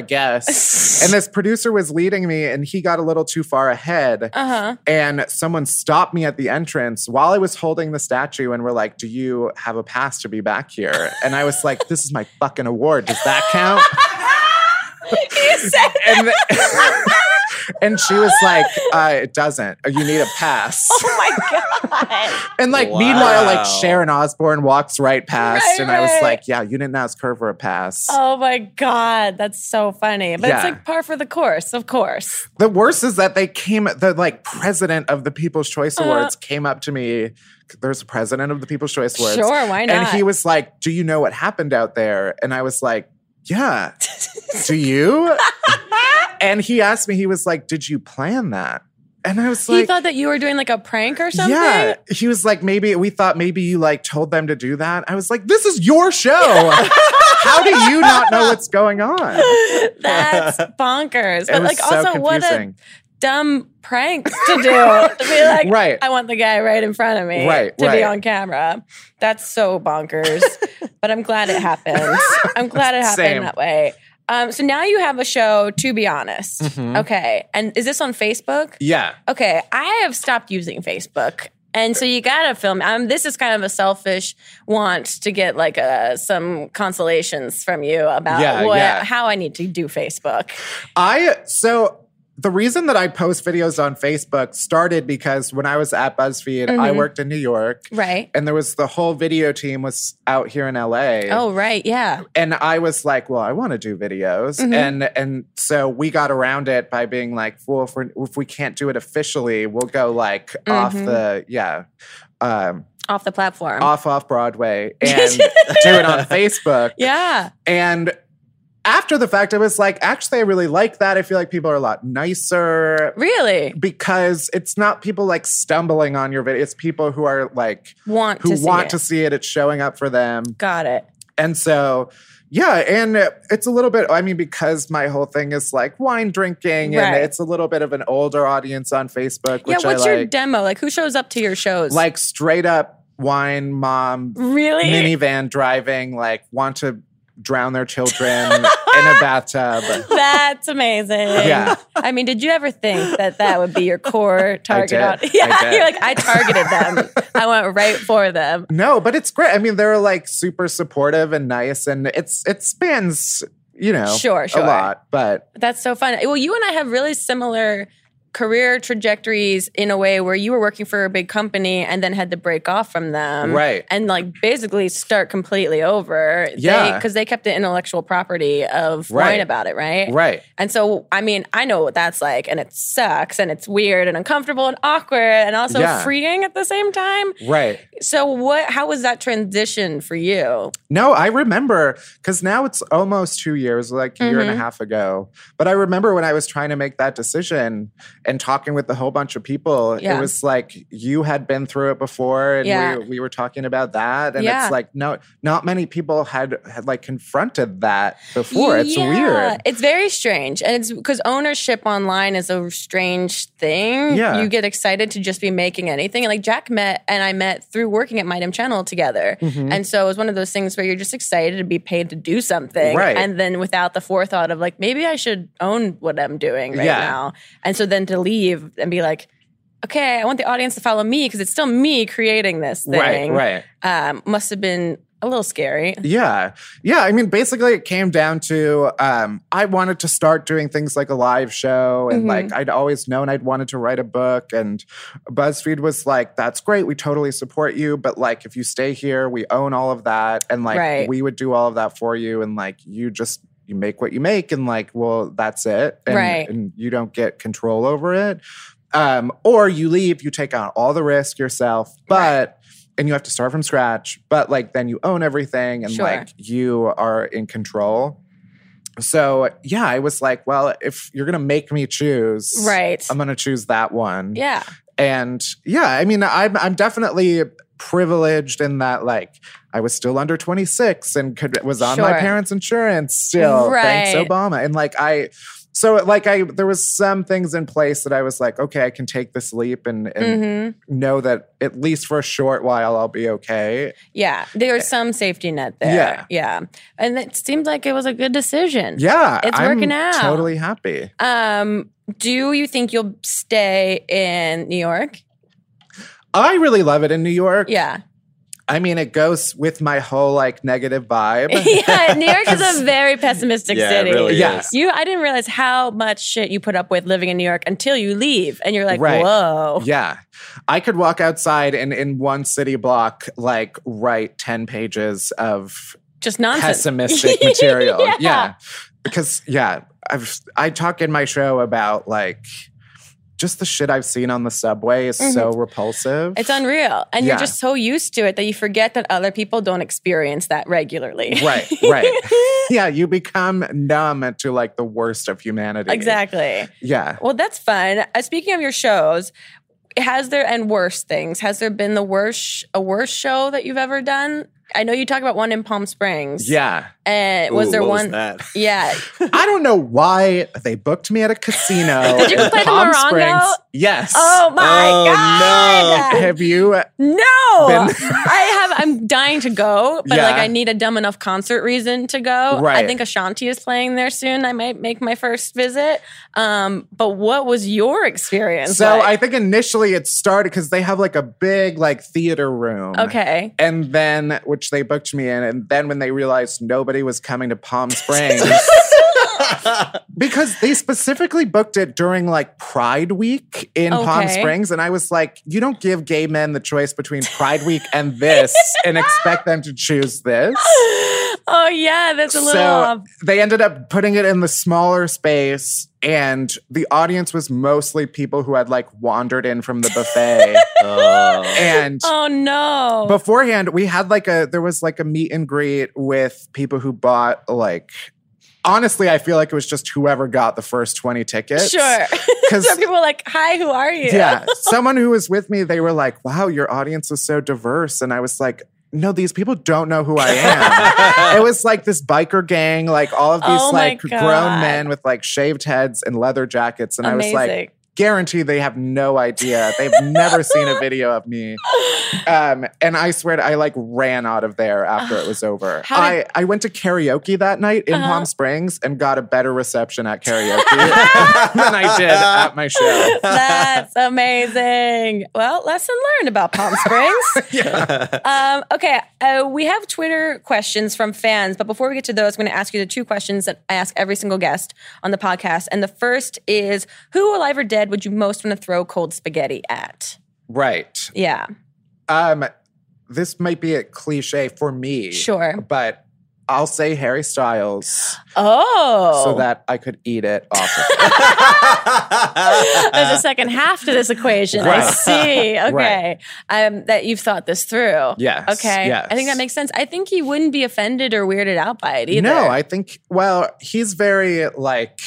Speaker 4: guess. and this producer was leading me and he got a little too far ahead.
Speaker 1: Uh huh.
Speaker 4: and someone stopped me at the entrance while I was holding the statue and were like, Do you have a pass to be back here? And I was like, This is my fucking award. Does that count? and, the- and she was like, uh, It doesn't. You need a pass.
Speaker 1: Oh my god!
Speaker 4: And like,
Speaker 2: Wow.
Speaker 4: meanwhile, like Sharon Osbourne walks right past.
Speaker 1: Right,
Speaker 4: and I was
Speaker 1: right.
Speaker 4: like, Yeah, you didn't ask her for a pass.
Speaker 1: Oh my god! That's so funny. But it's
Speaker 4: Yeah.
Speaker 1: like par for the course, of course.
Speaker 4: The worst is that they came, the like president of the People's Choice
Speaker 1: Uh-huh.
Speaker 4: Awards came up to me. There's a president of the People's Choice Awards.
Speaker 1: Sure, why
Speaker 4: And
Speaker 1: not?
Speaker 4: he was like, Do you know what happened out there? And I was like, Yeah. Do you? and he asked me, he was like, Did you plan that? And I was
Speaker 1: he
Speaker 4: like,
Speaker 1: thought that you were doing like a prank or something.
Speaker 4: Yeah. He was like, Maybe we thought maybe you like told them to do that. I was like, This is your show. How do you not know what's going on?
Speaker 1: That's bonkers.
Speaker 4: It
Speaker 1: But
Speaker 4: was
Speaker 1: like,
Speaker 4: so
Speaker 1: also, what a
Speaker 4: confusing.
Speaker 1: dumb prank to do. to be like,
Speaker 4: Right.
Speaker 1: I want the guy right in front of me
Speaker 4: Right,
Speaker 1: to be
Speaker 4: right.
Speaker 1: on camera. That's so bonkers. but I'm glad it happened. I'm glad it happened
Speaker 4: Same.
Speaker 1: that way. Um, so now you have a show, to be honest.
Speaker 4: Mm-hmm.
Speaker 1: Okay. And is this on Facebook?
Speaker 4: yeah.
Speaker 1: Okay. I have stopped using Facebook. And so you gotta film. Um, this is kind of a selfish want to get like uh, some consolations from you about
Speaker 4: Yeah,
Speaker 1: what,
Speaker 4: yeah.
Speaker 1: how I need to do Facebook.
Speaker 4: I so the reason that I post videos on Facebook started because when I was at BuzzFeed, I
Speaker 1: Mm-hmm.
Speaker 4: worked in New York.
Speaker 1: Right.
Speaker 4: And there was the whole video team was out here in LA.
Speaker 1: Oh, right. Yeah.
Speaker 4: And I was like, well, I want to do videos.
Speaker 1: Mm-hmm.
Speaker 4: And and so we got around it by being like, well, if, we're, if we can't do it officially, we'll go like off
Speaker 1: Mm-hmm.
Speaker 4: the yeah. Um,
Speaker 1: Off the platform.
Speaker 4: off off Broadway and do it on Facebook.
Speaker 1: yeah.
Speaker 4: And after the fact, I was like, actually, I really like that. I feel like people are a lot nicer
Speaker 1: Really
Speaker 4: because it's not people like stumbling on your video. It's people who are like,
Speaker 1: want
Speaker 4: who
Speaker 1: to see
Speaker 4: want
Speaker 1: it.
Speaker 4: to see it. It's showing up for them.
Speaker 1: Got it.
Speaker 4: And so, yeah, and it's a little bit, I mean, because my whole thing is like wine drinking
Speaker 1: Right.
Speaker 4: and it's a little bit of an older audience on Facebook,
Speaker 1: Yeah.
Speaker 4: which
Speaker 1: What's
Speaker 4: I
Speaker 1: your
Speaker 4: like.
Speaker 1: demo? Like, who shows up to your shows?
Speaker 4: like straight up wine mom
Speaker 1: really?
Speaker 4: minivan driving, like want to drown their children in a bathtub.
Speaker 1: That's amazing.
Speaker 4: Yeah.
Speaker 1: I mean, did you ever think that that would be your core target
Speaker 4: did.
Speaker 1: audience?
Speaker 4: I
Speaker 1: Yeah.
Speaker 4: did.
Speaker 1: You're like, I targeted them. I went right for them.
Speaker 4: No, but it's great. I mean, they're like super supportive and nice, and it's it spans you know
Speaker 1: Sure, sure.
Speaker 4: a lot, but
Speaker 1: That's so fun. Well, you and I have really similar career trajectories in a way where you were working for a big company and then had to break off from them.
Speaker 4: Right.
Speaker 1: And like basically start completely over.
Speaker 4: Yeah.
Speaker 1: Because they, kept the intellectual property of
Speaker 4: Right.
Speaker 1: wine about it, right?
Speaker 4: right.
Speaker 1: And so, I mean, I know what that's like, and it sucks, and it's weird, and uncomfortable, and awkward, and also
Speaker 4: Yeah.
Speaker 1: freeing at the same time.
Speaker 4: Right.
Speaker 1: So, what? How was that transition for you?
Speaker 4: No, I remember because now it's almost two years, like a year
Speaker 1: Mm-hmm.
Speaker 4: and a half ago. But I remember when I was trying to make that decision and talking with a whole bunch of people,
Speaker 1: Yeah.
Speaker 4: it was like you had been through it before, and
Speaker 1: Yeah.
Speaker 4: we, we were talking about that, and
Speaker 1: Yeah.
Speaker 4: it's like no, not many people had had like confronted that before. It's weird.
Speaker 1: It's very strange, and it's because ownership online is a strange thing.
Speaker 4: Yeah.
Speaker 1: you get excited to just be making anything. And like Jack met and I met through working at My Damn Channel together,
Speaker 4: Mm-hmm.
Speaker 1: and so it was one of those things where you're just excited to be paid to do something,
Speaker 4: Right.
Speaker 1: And then without the forethought of like maybe I should own what I'm doing right
Speaker 4: Yeah.
Speaker 1: now, and so then to leave and be like. Okay, I want the audience to follow me because it's still me creating this thing.
Speaker 4: Right, right.
Speaker 1: Um, must have been a little scary.
Speaker 4: Yeah. Yeah. I mean, basically, it came down to um, I wanted to start doing things like a live show. And like,
Speaker 1: Mm-hmm.
Speaker 4: I'd always known I'd wanted to write a book. And BuzzFeed was like, that's great. We totally support you. But like, if you stay here, we own all of that. And like,
Speaker 1: Right.
Speaker 4: we would do all of that for you. And like, you just, you make what you make. And like, well, that's it. And,
Speaker 1: Right.
Speaker 4: and you don't get control over it. Um, or you leave, you take on all the risk yourself. But and you have to start from scratch, but like then you own everything and
Speaker 1: Sure.
Speaker 4: like you are in control. So yeah, I was like, well, if you're gonna make me choose,
Speaker 1: Right.
Speaker 4: I'm gonna choose that one.
Speaker 1: Yeah.
Speaker 4: And yeah, I mean, I'm I'm definitely privileged in that like I was still under 26 and could was on my
Speaker 1: Sure.
Speaker 4: parents' insurance still.
Speaker 1: Right.
Speaker 4: Thanks, Obama. And like I so like I there was some things in place that I was like, okay, I can take this leap and and
Speaker 1: hmm
Speaker 4: know that at least for a short while I'll be okay.
Speaker 1: Yeah, there
Speaker 4: Eh,
Speaker 1: was some safety net there. Yeah, yeah, and it seemed like it was a good decision.
Speaker 4: Yeah,
Speaker 1: It's
Speaker 4: I'm
Speaker 1: working out.
Speaker 4: Totally happy.
Speaker 1: Um, do you think you'll stay in New York?
Speaker 4: I really love it in New York.
Speaker 1: Yeah,
Speaker 4: I mean, it goes with my whole like negative vibe.
Speaker 1: yeah. New York is a very pessimistic
Speaker 2: Yeah, it
Speaker 1: city.
Speaker 2: really
Speaker 4: Yeah. is.
Speaker 1: you. I didn't realize how much shit you put up with living in New York until you leave, and you're like,
Speaker 4: Right.
Speaker 1: whoa.
Speaker 4: Yeah. I could walk outside and in one city block, like write 10 pages of
Speaker 1: Just nonsense.
Speaker 4: pessimistic material.
Speaker 1: Yeah.
Speaker 4: yeah. Because yeah, I've I talk in my show about like just the shit I've seen on the subway is so repulsive.
Speaker 1: Mm-hmm. It's unreal. And you're
Speaker 4: Yeah.
Speaker 1: just so used to it that you forget that other people don't experience that regularly.
Speaker 4: Right, right. yeah, you become numb to like the worst of humanity.
Speaker 1: exactly.
Speaker 4: Yeah.
Speaker 1: Well, that's fun. Uh, speaking of your shows, has there and worse things? Has there been the worst a worse show that you've ever done? I know you talk about one in Palm Springs.
Speaker 4: Yeah.
Speaker 1: Uh, was
Speaker 2: Ooh,
Speaker 1: there
Speaker 2: what
Speaker 1: one?
Speaker 2: that?
Speaker 1: Yeah.
Speaker 4: I don't know why they booked me at a casino.
Speaker 1: Did you
Speaker 4: in
Speaker 1: play the
Speaker 4: Palm
Speaker 1: Morongo?
Speaker 4: Springs. Yes. Uh,
Speaker 1: Oh my
Speaker 5: Oh,
Speaker 1: god!
Speaker 4: Have you?
Speaker 1: No,
Speaker 4: Been-
Speaker 1: I have. I'm dying to go, but
Speaker 4: Yeah.
Speaker 1: like I need a dumb enough concert reason to go. I
Speaker 4: Right.
Speaker 1: think Ashanti is playing there soon. I might make my first visit. Um, but what was your experience?
Speaker 4: So I
Speaker 1: like?
Speaker 4: think initially it started because they have like a big like theater room.
Speaker 1: okay.
Speaker 4: And then, which they booked me in, and then when they realized nobody was coming to Palm Springs, because they specifically booked it during like Pride Week in Palm
Speaker 1: Okay.
Speaker 4: Springs, and I was like, you don't give gay men the choice between Pride Week and this, and expect them to choose this.
Speaker 1: Oh yeah, that's a little off.
Speaker 4: they ended up putting it in the smaller space, and the audience was mostly people who had like wandered in from the buffet. and
Speaker 1: Oh no.
Speaker 4: beforehand, we had like a there was like a meet and greet with people who bought like. Honestly, I feel like it was just whoever got the first 20 tickets.
Speaker 1: sure.
Speaker 4: 'Cause-
Speaker 1: so people were like, "Hi, who are you?"
Speaker 4: Yeah. Someone who was with me, they were like, wow, your audience is so diverse. And I was like, no, these people don't know who I am. it was like this biker gang, like all of these
Speaker 1: Oh my
Speaker 4: like
Speaker 1: God.
Speaker 4: grown men with like shaved heads and leather jackets. And
Speaker 1: Amazing.
Speaker 4: I was like, guarantee they have no idea. They've never seen a video of me. Um, and I swear, to, I like ran out of there after it was over.
Speaker 1: How did- Uh-huh.
Speaker 4: I, I went to karaoke that night in Palm Springs and got a better reception at karaoke than I did at my show.
Speaker 1: That's amazing. Well, lesson learned about Palm Springs. Um, okay, uh, we have Twitter questions from fans, but before we get to those, I'm going to ask you the two questions that I ask every single guest on the podcast. And the first is Who, alive or dead, would you most want to throw cold spaghetti at?
Speaker 4: Right.
Speaker 1: Yeah.
Speaker 4: Um, this might be a cliche for me.
Speaker 1: Sure.
Speaker 4: But I'll say Harry Styles
Speaker 1: Oh.
Speaker 4: so that I could eat it off. of-
Speaker 1: There's a second half to this equation. I
Speaker 4: Right.
Speaker 1: see. Okay.
Speaker 4: Right.
Speaker 1: Um, that you've thought this through.
Speaker 4: Yes,
Speaker 1: Okay.
Speaker 4: yes.
Speaker 1: I think that makes sense. I think he wouldn't be offended or weirded out by it either.
Speaker 4: no, I think. Well, he's very like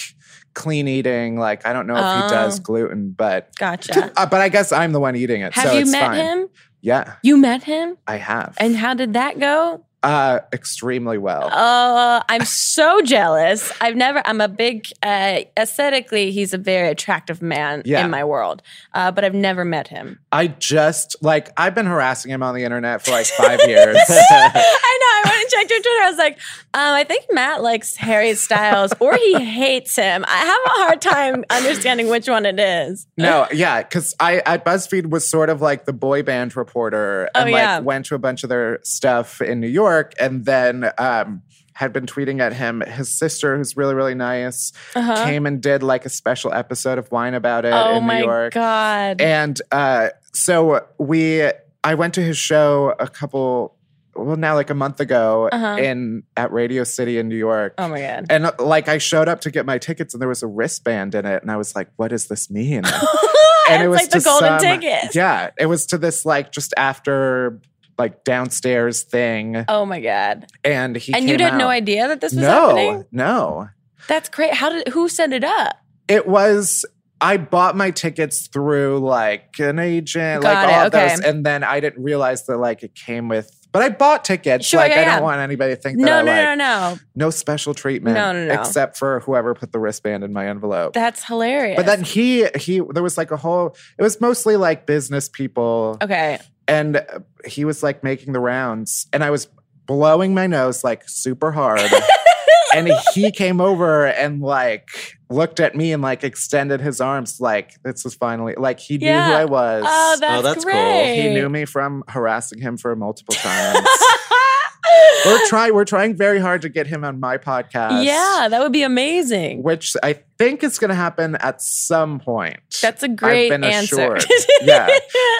Speaker 4: clean eating. Like I don't know if
Speaker 1: Oh.
Speaker 4: he does gluten, but
Speaker 1: Gotcha.
Speaker 4: uh, but I guess I'm the one eating it.
Speaker 1: Have
Speaker 4: so
Speaker 1: you
Speaker 4: it's
Speaker 1: met
Speaker 4: fine.
Speaker 1: him?
Speaker 4: Yeah,
Speaker 1: You met him?
Speaker 4: I have.
Speaker 1: And how did that go?
Speaker 4: uh, extremely well.
Speaker 1: Uh, I'm so jealous. I've never, I'm a big, uh, aesthetically, he's a very attractive man
Speaker 4: Yeah.
Speaker 1: in my world, uh, but I've never met him.
Speaker 4: I just like I've been harassing him on the internet for like five years.
Speaker 1: I know. I went and checked your Twitter. I was like, um, I think Matt likes Harry Styles or he hates him. I have a hard time understanding which one it is.
Speaker 4: No, yeah, because I at BuzzFeed was sort of like the boy band reporter
Speaker 1: Oh,
Speaker 4: and like
Speaker 1: yeah.
Speaker 4: went to a bunch of their stuff in New York and then um had been tweeting at him. His sister, who's really, really nice, came and did like a special episode of Wine About It
Speaker 1: Uh-huh. Oh
Speaker 4: in New
Speaker 1: my
Speaker 4: York.
Speaker 1: God.
Speaker 4: And uh so we I went to his show a couple well now like a month ago in at Radio City in New York.
Speaker 1: Uh-huh. oh my God.
Speaker 4: And uh, like I showed up to get my tickets and there was a wristband in it and I was like, what does this mean? and
Speaker 1: it's like the
Speaker 4: to
Speaker 1: golden
Speaker 4: some-
Speaker 1: ticket.
Speaker 4: Yeah, it was to this like just after like downstairs thing
Speaker 1: Oh my God.
Speaker 4: and he
Speaker 1: And you
Speaker 4: came
Speaker 1: had no
Speaker 4: out.
Speaker 1: idea that this was
Speaker 4: No,
Speaker 1: happening?
Speaker 4: no.
Speaker 1: That's great. How did who set it up?
Speaker 4: It was I bought my tickets through like an agent,
Speaker 1: Got
Speaker 4: like all
Speaker 1: it,
Speaker 4: of
Speaker 1: okay.
Speaker 4: those and then I didn't realize that like it came with but I bought tickets.
Speaker 1: Sure,
Speaker 4: like
Speaker 1: yeah,
Speaker 4: I
Speaker 1: yeah.
Speaker 4: don't want anybody to think that
Speaker 1: No,
Speaker 4: I
Speaker 1: no,
Speaker 4: like
Speaker 1: no, no.
Speaker 4: no special treatment
Speaker 1: No, no, no.
Speaker 4: except for whoever put the wristband in my envelope.
Speaker 1: That's hilarious.
Speaker 4: But then he he there was like a whole it was mostly like business people
Speaker 1: okay.
Speaker 4: and uh, he was like making the rounds and I was blowing my nose like super hard and he came over and like looked at me and like extended his arms like this was finally like he knew who
Speaker 1: Yeah.
Speaker 4: I was.
Speaker 1: Oh, that's,
Speaker 2: that's cool.
Speaker 1: great.
Speaker 2: He
Speaker 4: he knew me from harassing him for multiple times. we're trying we're trying very hard to get him on my podcast.
Speaker 1: Yeah, that would be amazing.
Speaker 4: Which I think is going to happen at some point.
Speaker 1: That's a great
Speaker 4: I've been
Speaker 1: answer.
Speaker 4: assured. yeah.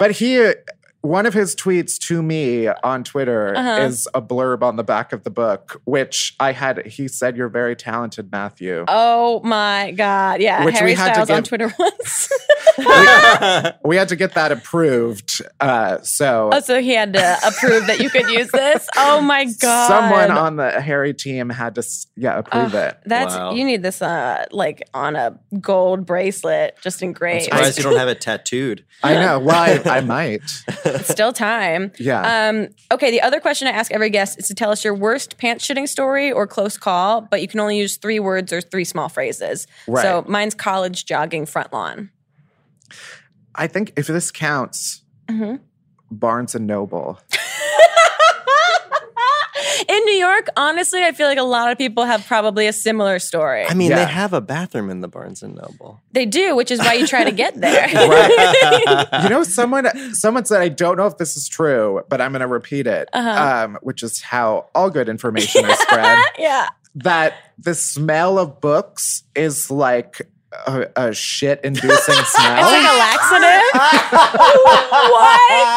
Speaker 4: But he, one of his tweets to me on Twitter
Speaker 1: Uh-huh.
Speaker 4: is a blurb on the back of the book, which I had, he said, You're very talented, Matthew.
Speaker 1: Oh my God. Yeah.
Speaker 4: Which we
Speaker 1: Harry
Speaker 4: had to
Speaker 1: Styles on
Speaker 4: give-
Speaker 1: Twitter once.
Speaker 4: we had to get that approved. Uh, so.
Speaker 1: oh, so he had to approve that you could use this. Oh my God.
Speaker 4: Someone on the Harry team had to, s- yeah, approve
Speaker 1: Ugh,
Speaker 4: it.
Speaker 1: That's
Speaker 2: Wow.
Speaker 1: you need this uh like on a gold bracelet just
Speaker 2: I'm
Speaker 1: engraved.
Speaker 2: surprised you don't have it tattooed.
Speaker 4: I know. Why? I might.
Speaker 1: It's still time.
Speaker 4: Yeah.
Speaker 1: Um, okay, the other question I ask every guest is to tell us your worst pants shitting story or close call, but you can only use three words or three small phrases.
Speaker 4: Right.
Speaker 1: So mine's college jogging front lawn.
Speaker 4: I think if this counts,
Speaker 1: Mm-hmm.
Speaker 4: Barnes and Noble.
Speaker 1: In New York, honestly, I feel like a lot of people have probably a similar story.
Speaker 2: I mean,
Speaker 4: Yeah.
Speaker 2: they have a bathroom in the Barnes and Noble.
Speaker 1: they do, which is why you try to get there.
Speaker 4: you know, someone someone said, I don't know if this is true, but I'm going to repeat it,
Speaker 1: Uh-huh.
Speaker 4: um, which is how all good information is spread.
Speaker 1: yeah.
Speaker 4: That the smell of books is like a, a shit inducing smell.
Speaker 1: It's like a laxative. what?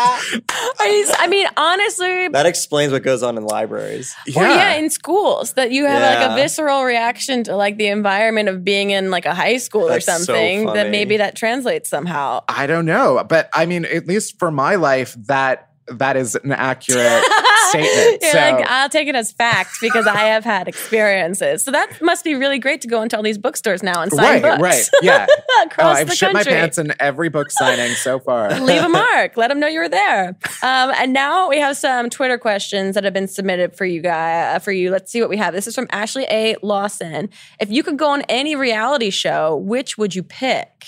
Speaker 1: Are you, I mean, honestly,
Speaker 2: That explains what goes on in libraries.
Speaker 1: Or yeah, in schools that you have like a
Speaker 2: Yeah.
Speaker 1: visceral reaction to like the environment of being in like a high school
Speaker 2: That's
Speaker 1: or
Speaker 2: so
Speaker 1: something that
Speaker 2: funny.
Speaker 1: maybe that translates somehow.
Speaker 4: I don't know, but I mean, at least for my life, that that is an accurate statement.
Speaker 1: You're
Speaker 4: so
Speaker 1: like, I'll take it as fact because I have had experiences. So that must be really great to go into all these bookstores now and sign
Speaker 4: right,
Speaker 1: books
Speaker 4: right, yeah. oh,
Speaker 1: across
Speaker 4: I've
Speaker 1: the
Speaker 4: shit
Speaker 1: country.
Speaker 4: my pants in every book signing so far.
Speaker 1: Leave a mark. Let them know you were there. Um, and now we have some Twitter questions that have been submitted for you guys. For you, let's see what we have. This is from Ashley A. Lawson. If you could go on any reality show, which would you pick?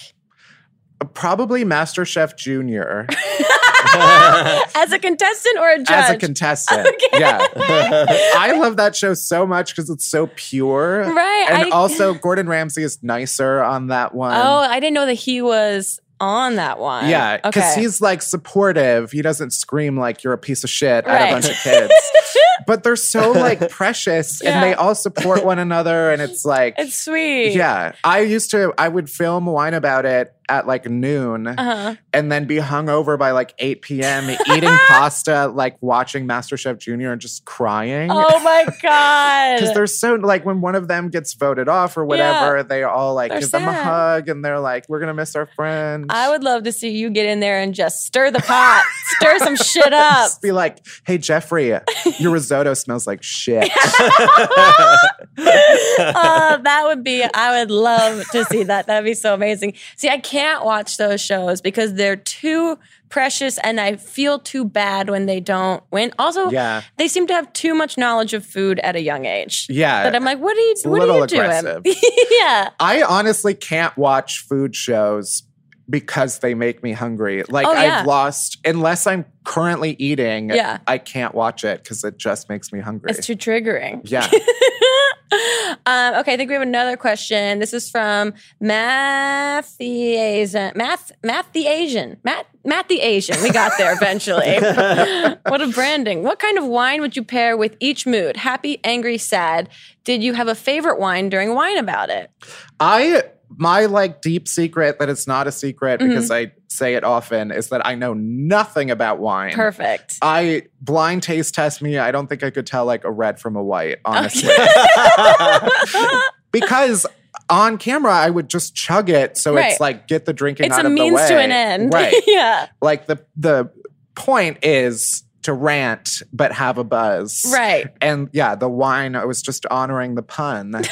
Speaker 4: Probably MasterChef Junior
Speaker 1: As a contestant or a judge?
Speaker 4: as a contestant. Yeah, I love that show so much because it's so pure,
Speaker 1: Right,
Speaker 4: And
Speaker 1: I-
Speaker 4: also, um, Gordon Ramsay is nicer on that one.
Speaker 1: oh, I didn't know that he was on that one.
Speaker 4: Yeah, because
Speaker 1: Okay.
Speaker 4: he's like supportive. He doesn't scream like you're a piece of shit at
Speaker 1: Right.
Speaker 4: a bunch of kids. but they're so like precious
Speaker 1: Yeah.
Speaker 4: and they all support one another. And it's like,
Speaker 1: It's sweet.
Speaker 4: yeah. I used to, I would film wine about it at like noon
Speaker 1: Uh-huh.
Speaker 4: and then be hungover by like 8 p.m., eating pasta, like watching MasterChef Junior and just crying.
Speaker 1: Oh my
Speaker 4: Because
Speaker 1: god.
Speaker 4: they're so like when one of them gets voted off or whatever, they all like
Speaker 1: They're
Speaker 4: give them a
Speaker 1: sad.
Speaker 4: hug and they're like, "We're gonna miss our friend."
Speaker 1: I would love to see you get in there and just stir the pot, stir some shit up.
Speaker 4: Just be like, hey, Jeffrey, your risotto smells like shit.
Speaker 1: Oh, that would be, I would love to see that. That'd be so amazing. See, I can't watch those shows because they're too precious and I feel too bad when they don't win. Also,
Speaker 4: Yeah.
Speaker 1: they seem to have too much knowledge of food at a young age.
Speaker 4: Yeah.
Speaker 1: That I'm like, what are you,
Speaker 4: a
Speaker 1: what are
Speaker 4: little
Speaker 1: you doing?
Speaker 4: aggressive.
Speaker 1: yeah.
Speaker 4: I honestly can't watch food shows because they make me hungry. Like,
Speaker 1: Oh, yeah.
Speaker 4: I've lost, unless I'm currently eating,
Speaker 1: Yeah.
Speaker 4: I can't watch it because it just makes me hungry.
Speaker 1: It's too triggering.
Speaker 4: yeah.
Speaker 1: Um, okay, I think we have another question. This is from Matt the Asian. Math, Matt the Asian. Matt, Matt the Asian. We got there eventually. what a branding. What kind of wine would you pair with each mood? Happy, angry, sad. Did you have a favorite wine during Wine About It?
Speaker 4: I my like deep secret that it's not a secret
Speaker 1: Mm-hmm.
Speaker 4: because I say it often is that I know nothing about wine.
Speaker 1: Perfect.
Speaker 4: I blind taste test me. I don't think I could tell like a red from a white, honestly. because on camera I would just chug it so
Speaker 1: Right.
Speaker 4: it's like get the drinking
Speaker 1: It's
Speaker 4: out
Speaker 1: a
Speaker 4: of the
Speaker 1: means to
Speaker 4: way.
Speaker 1: an end.
Speaker 4: Right.
Speaker 1: yeah.
Speaker 4: like the the point is to rant but have a buzz.
Speaker 1: Right.
Speaker 4: And yeah, the wine I was just honoring the pun of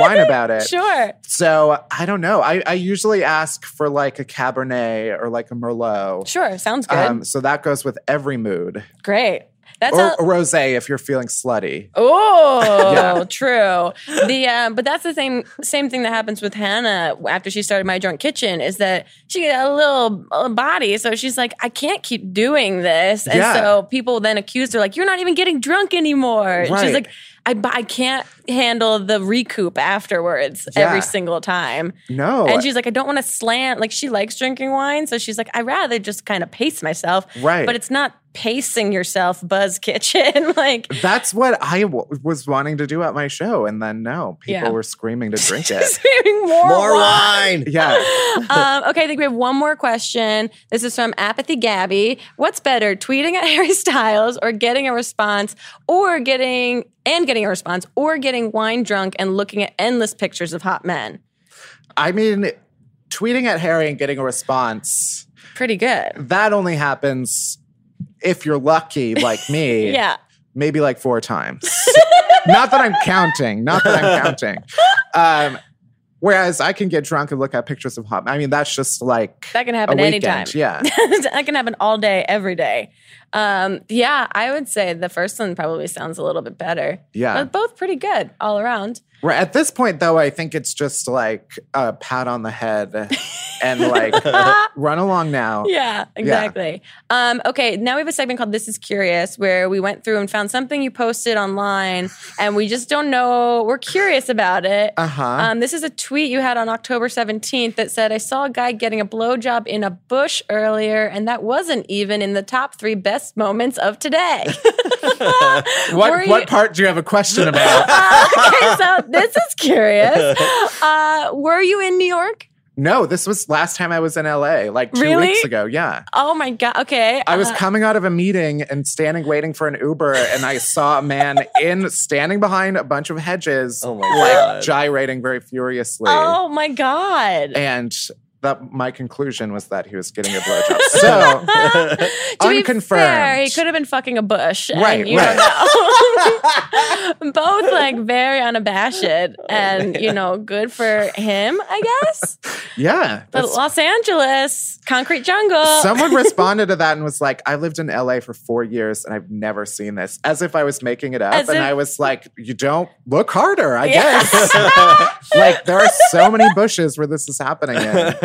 Speaker 4: wine about it.
Speaker 1: Sure.
Speaker 4: So I don't know. I, I usually ask for like a Cabernet or like a Merlot.
Speaker 1: Sure. Sounds good.
Speaker 4: Um, so that goes with every mood.
Speaker 1: Great. That's
Speaker 4: Or
Speaker 1: all.
Speaker 4: a rosé if you're feeling slutty.
Speaker 1: Oh, true. The um, but that's the same same thing that happens with Hannah after she started my drunk kitchen is that she got a little uh, body, so she's like, I can't keep doing this, and
Speaker 4: Yeah.
Speaker 1: so people then accuse her like, you're not even getting drunk anymore. And she's
Speaker 4: Right.
Speaker 1: like, I bu- I can't handle the recoup afterwards
Speaker 4: Yeah. Oh,
Speaker 1: every single time.
Speaker 4: No.
Speaker 1: And she's like, I don't want to slant. Like, she likes drinking wine. So she's like, i rather just kind of pace myself.
Speaker 4: Right.
Speaker 1: But it's not pacing yourself, Buzz Kitchen. like,
Speaker 4: That's what I w- was wanting to do at my show. And then no, people
Speaker 1: Yeah.
Speaker 4: were screaming to drink it.
Speaker 1: screaming more,
Speaker 2: More
Speaker 1: wine.
Speaker 2: wine.
Speaker 4: yeah.
Speaker 1: Um, okay, I think we have one more question. This is from Apathy Gabby. What's better, tweeting at Harry Styles or getting a response or getting and getting a response or getting wine drunk and looking at endless pictures of hot men?
Speaker 4: I mean, tweeting at Harry and getting a response,
Speaker 1: Pretty good.
Speaker 4: that only happens if you're lucky, like me.
Speaker 1: Yeah.
Speaker 4: maybe like four times. not that I'm counting. Not that I'm counting. Um, Whereas I can get drunk and look at pictures of hot. I mean, that's just like
Speaker 1: That can happen
Speaker 4: a
Speaker 1: anytime.
Speaker 4: weekend. Yeah.
Speaker 1: that can happen all day, every day. Um, yeah, I would say the first one probably sounds a little bit better.
Speaker 4: Yeah.
Speaker 1: But both pretty good all around.
Speaker 4: Right at this point, though, I think it's just like a pat on the head and like run along now.
Speaker 1: Yeah, exactly. Um, okay, now we have a segment called This is Curious, where we went through and found something you posted online and we just don't know. We're curious about it.
Speaker 4: Uh-huh.
Speaker 1: Um, this is a tweet you had on October 17th that said, I saw a guy getting a blowjob in a bush earlier, and that wasn't even in the top three best moments of today. Were
Speaker 4: What
Speaker 1: you-
Speaker 4: what part do you have a question about?
Speaker 1: Uh, okay, so this is curious. Uh, were you in New York?
Speaker 4: no, this was last time I was in LA, like two
Speaker 1: Really?
Speaker 4: weeks ago. Yeah.
Speaker 1: Oh my God. Okay.
Speaker 4: I was
Speaker 1: Uh,
Speaker 4: coming out of a meeting and standing waiting for an Uber, and I saw a man in standing behind a bunch of hedges,
Speaker 2: Oh my
Speaker 4: like
Speaker 2: God.
Speaker 4: gyrating very furiously.
Speaker 1: oh my God.
Speaker 4: And that my conclusion was that he was getting a blowjob. So
Speaker 1: To be
Speaker 4: unconfirmed.
Speaker 1: fair, he could have been fucking a bush. and
Speaker 4: Right,
Speaker 1: you don't know. Both like very unabashed and, you know, good for him, I guess.
Speaker 4: yeah,
Speaker 1: But
Speaker 4: that's-
Speaker 1: Los Angeles, concrete jungle.
Speaker 4: Someone responded to that and was like, I lived in LA for four years and I've never seen this, as if I was making it up.
Speaker 1: As
Speaker 4: and
Speaker 1: if-
Speaker 4: I was like, You don't look harder, I
Speaker 1: Yeah.
Speaker 4: guess. like, there are so many bushes where this is happening in.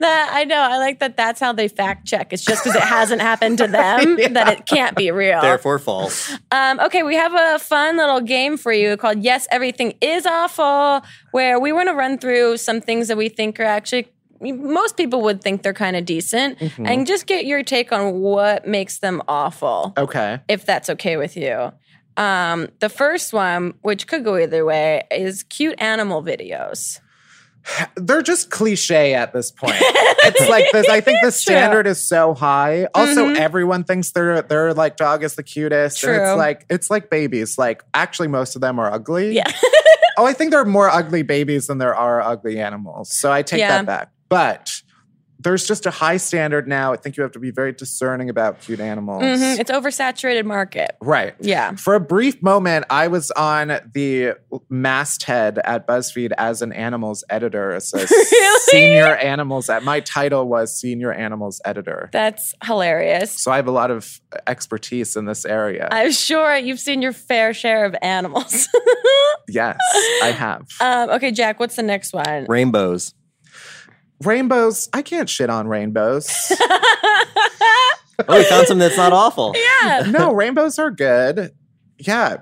Speaker 1: that I know. I like that that's how they fact check. It's just because it hasn't happened to them that it can't be real.
Speaker 5: Therefore, false.
Speaker 1: Um, okay, we have a fun little game for you called Yes, Everything is Awful, where we want to run through some things that we think are actually. Most people would think they're kind of decent, and just get your take on what makes them awful,
Speaker 4: Okay.
Speaker 1: if that's okay with you. Um, the first one, which could go either way, is cute animal videos.
Speaker 4: They're just cliche at this point. It's like this. I think the standard is so high. Also, everyone thinks their their like dog is the cutest. And
Speaker 1: Mm-hmm. True.
Speaker 4: it's like it's like babies. Like actually most of them are ugly.
Speaker 1: Yeah,
Speaker 4: Oh, I think there are more ugly babies than there are ugly animals. So I take
Speaker 1: Yeah.
Speaker 4: that back. But there's just a high standard now. I think you have to be very discerning about cute animals.
Speaker 1: Mhm. it's oversaturated market.
Speaker 4: Right.
Speaker 1: Yeah.
Speaker 4: For a brief moment, I was on the masthead at BuzzFeed as an animals editor, as a senior animals. Ed- my title was senior animals editor.
Speaker 1: That's hilarious.
Speaker 4: So I have a lot of expertise in this area.
Speaker 1: I'm sure you've seen your fair share of animals.
Speaker 4: yes, I have.
Speaker 1: um, okay, Jack, what's the next one?
Speaker 2: Rainbows.
Speaker 4: rainbows. I can't shit on rainbows.
Speaker 5: Oh, we found something that's not awful.
Speaker 1: Yeah,
Speaker 4: no, rainbows are good. Yeah,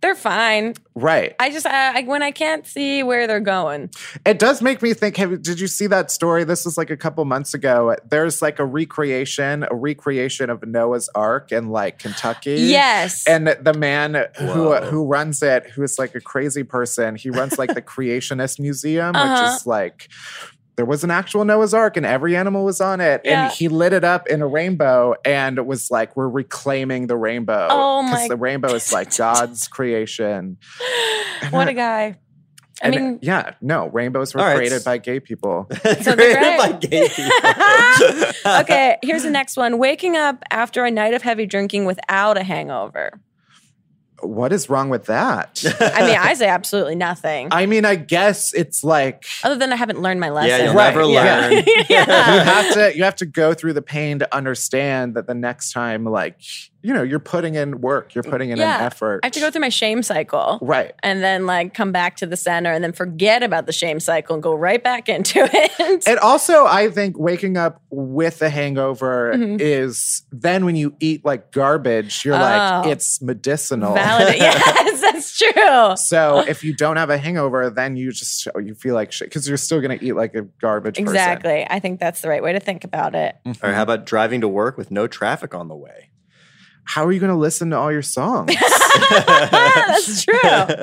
Speaker 1: they're fine.
Speaker 4: right.
Speaker 1: I just I, I, when I can't see where they're going.
Speaker 4: It does make me think. Have, did you see that story? This was like a couple months ago. There's like a recreation, a recreation of Noah's Ark in like Kentucky.
Speaker 1: Yes.
Speaker 4: And the man who uh,
Speaker 2: Whoa.
Speaker 4: who runs it, who is like a crazy person, he runs like the Creationist Museum,
Speaker 1: Uh-huh.
Speaker 4: which is like there was an actual Noah's Ark and every animal was on it.
Speaker 1: Yeah.
Speaker 4: And he lit it up in a rainbow and was like, We're reclaiming the rainbow.
Speaker 1: Oh my-
Speaker 4: Because the rainbow is like God's creation.
Speaker 1: what a guy. I
Speaker 4: And
Speaker 1: mean,
Speaker 4: yeah, no, rainbows were
Speaker 5: All right.
Speaker 4: created by gay people.
Speaker 1: So they're
Speaker 5: Created by
Speaker 1: right.
Speaker 5: gay people.
Speaker 1: okay. Here's the next one: waking up after a night of heavy drinking without a hangover.
Speaker 4: what is wrong with that?
Speaker 1: I mean, I say absolutely nothing,
Speaker 4: I mean, I guess it's like
Speaker 1: other than I haven't learned my
Speaker 5: yeah,
Speaker 1: lesson.
Speaker 5: you'll
Speaker 4: Right,
Speaker 5: never
Speaker 4: yeah.
Speaker 5: learn.
Speaker 4: you
Speaker 1: yeah.
Speaker 4: have to you have to go through the pain to understand that the next time, like you know, you're putting in work, you're putting in
Speaker 1: Yeah,
Speaker 4: an effort.
Speaker 1: I have to go through my shame cycle.
Speaker 4: right.
Speaker 1: And then, like, come back to the center and then forget about the shame cycle and go right back into it.
Speaker 4: And also, I think waking up with a hangover
Speaker 1: Mm-hmm.
Speaker 4: is then when you eat like garbage, you're like
Speaker 1: Oh.
Speaker 4: it's medicinal.
Speaker 1: Validate. yes, that's true.
Speaker 4: So if you don't have a hangover, then you just you feel like shit because you're still gonna eat like a garbage. person. Mm-hmm.
Speaker 1: Exactly. I think that's the right way to think about it.
Speaker 5: Or how about driving to work with no traffic on the way?
Speaker 4: How are you gonna listen to all your songs?
Speaker 1: Ah, that's true.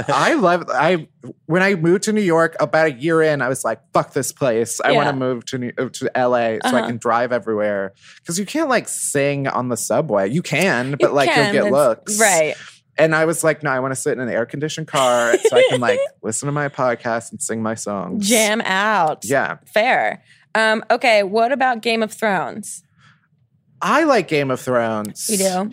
Speaker 4: I love I when I moved to New York about a year in, I was like, "Fuck this place! I want
Speaker 1: Yeah.
Speaker 4: to move to New, uh, to LA so I
Speaker 1: Uh-huh.
Speaker 4: can drive everywhere." Because you can't like sing on the subway. You can, but like
Speaker 1: can,
Speaker 4: you'll get
Speaker 1: it's-
Speaker 4: looks,
Speaker 1: Right.
Speaker 4: And I was like, "No, I want to sit in an air conditioned car so I can like listen to my podcast and sing my songs."
Speaker 1: Jam out.
Speaker 4: Yeah,
Speaker 1: Fair. Um, okay, what about Game of Thrones?
Speaker 4: I like Game of Thrones.
Speaker 1: You do?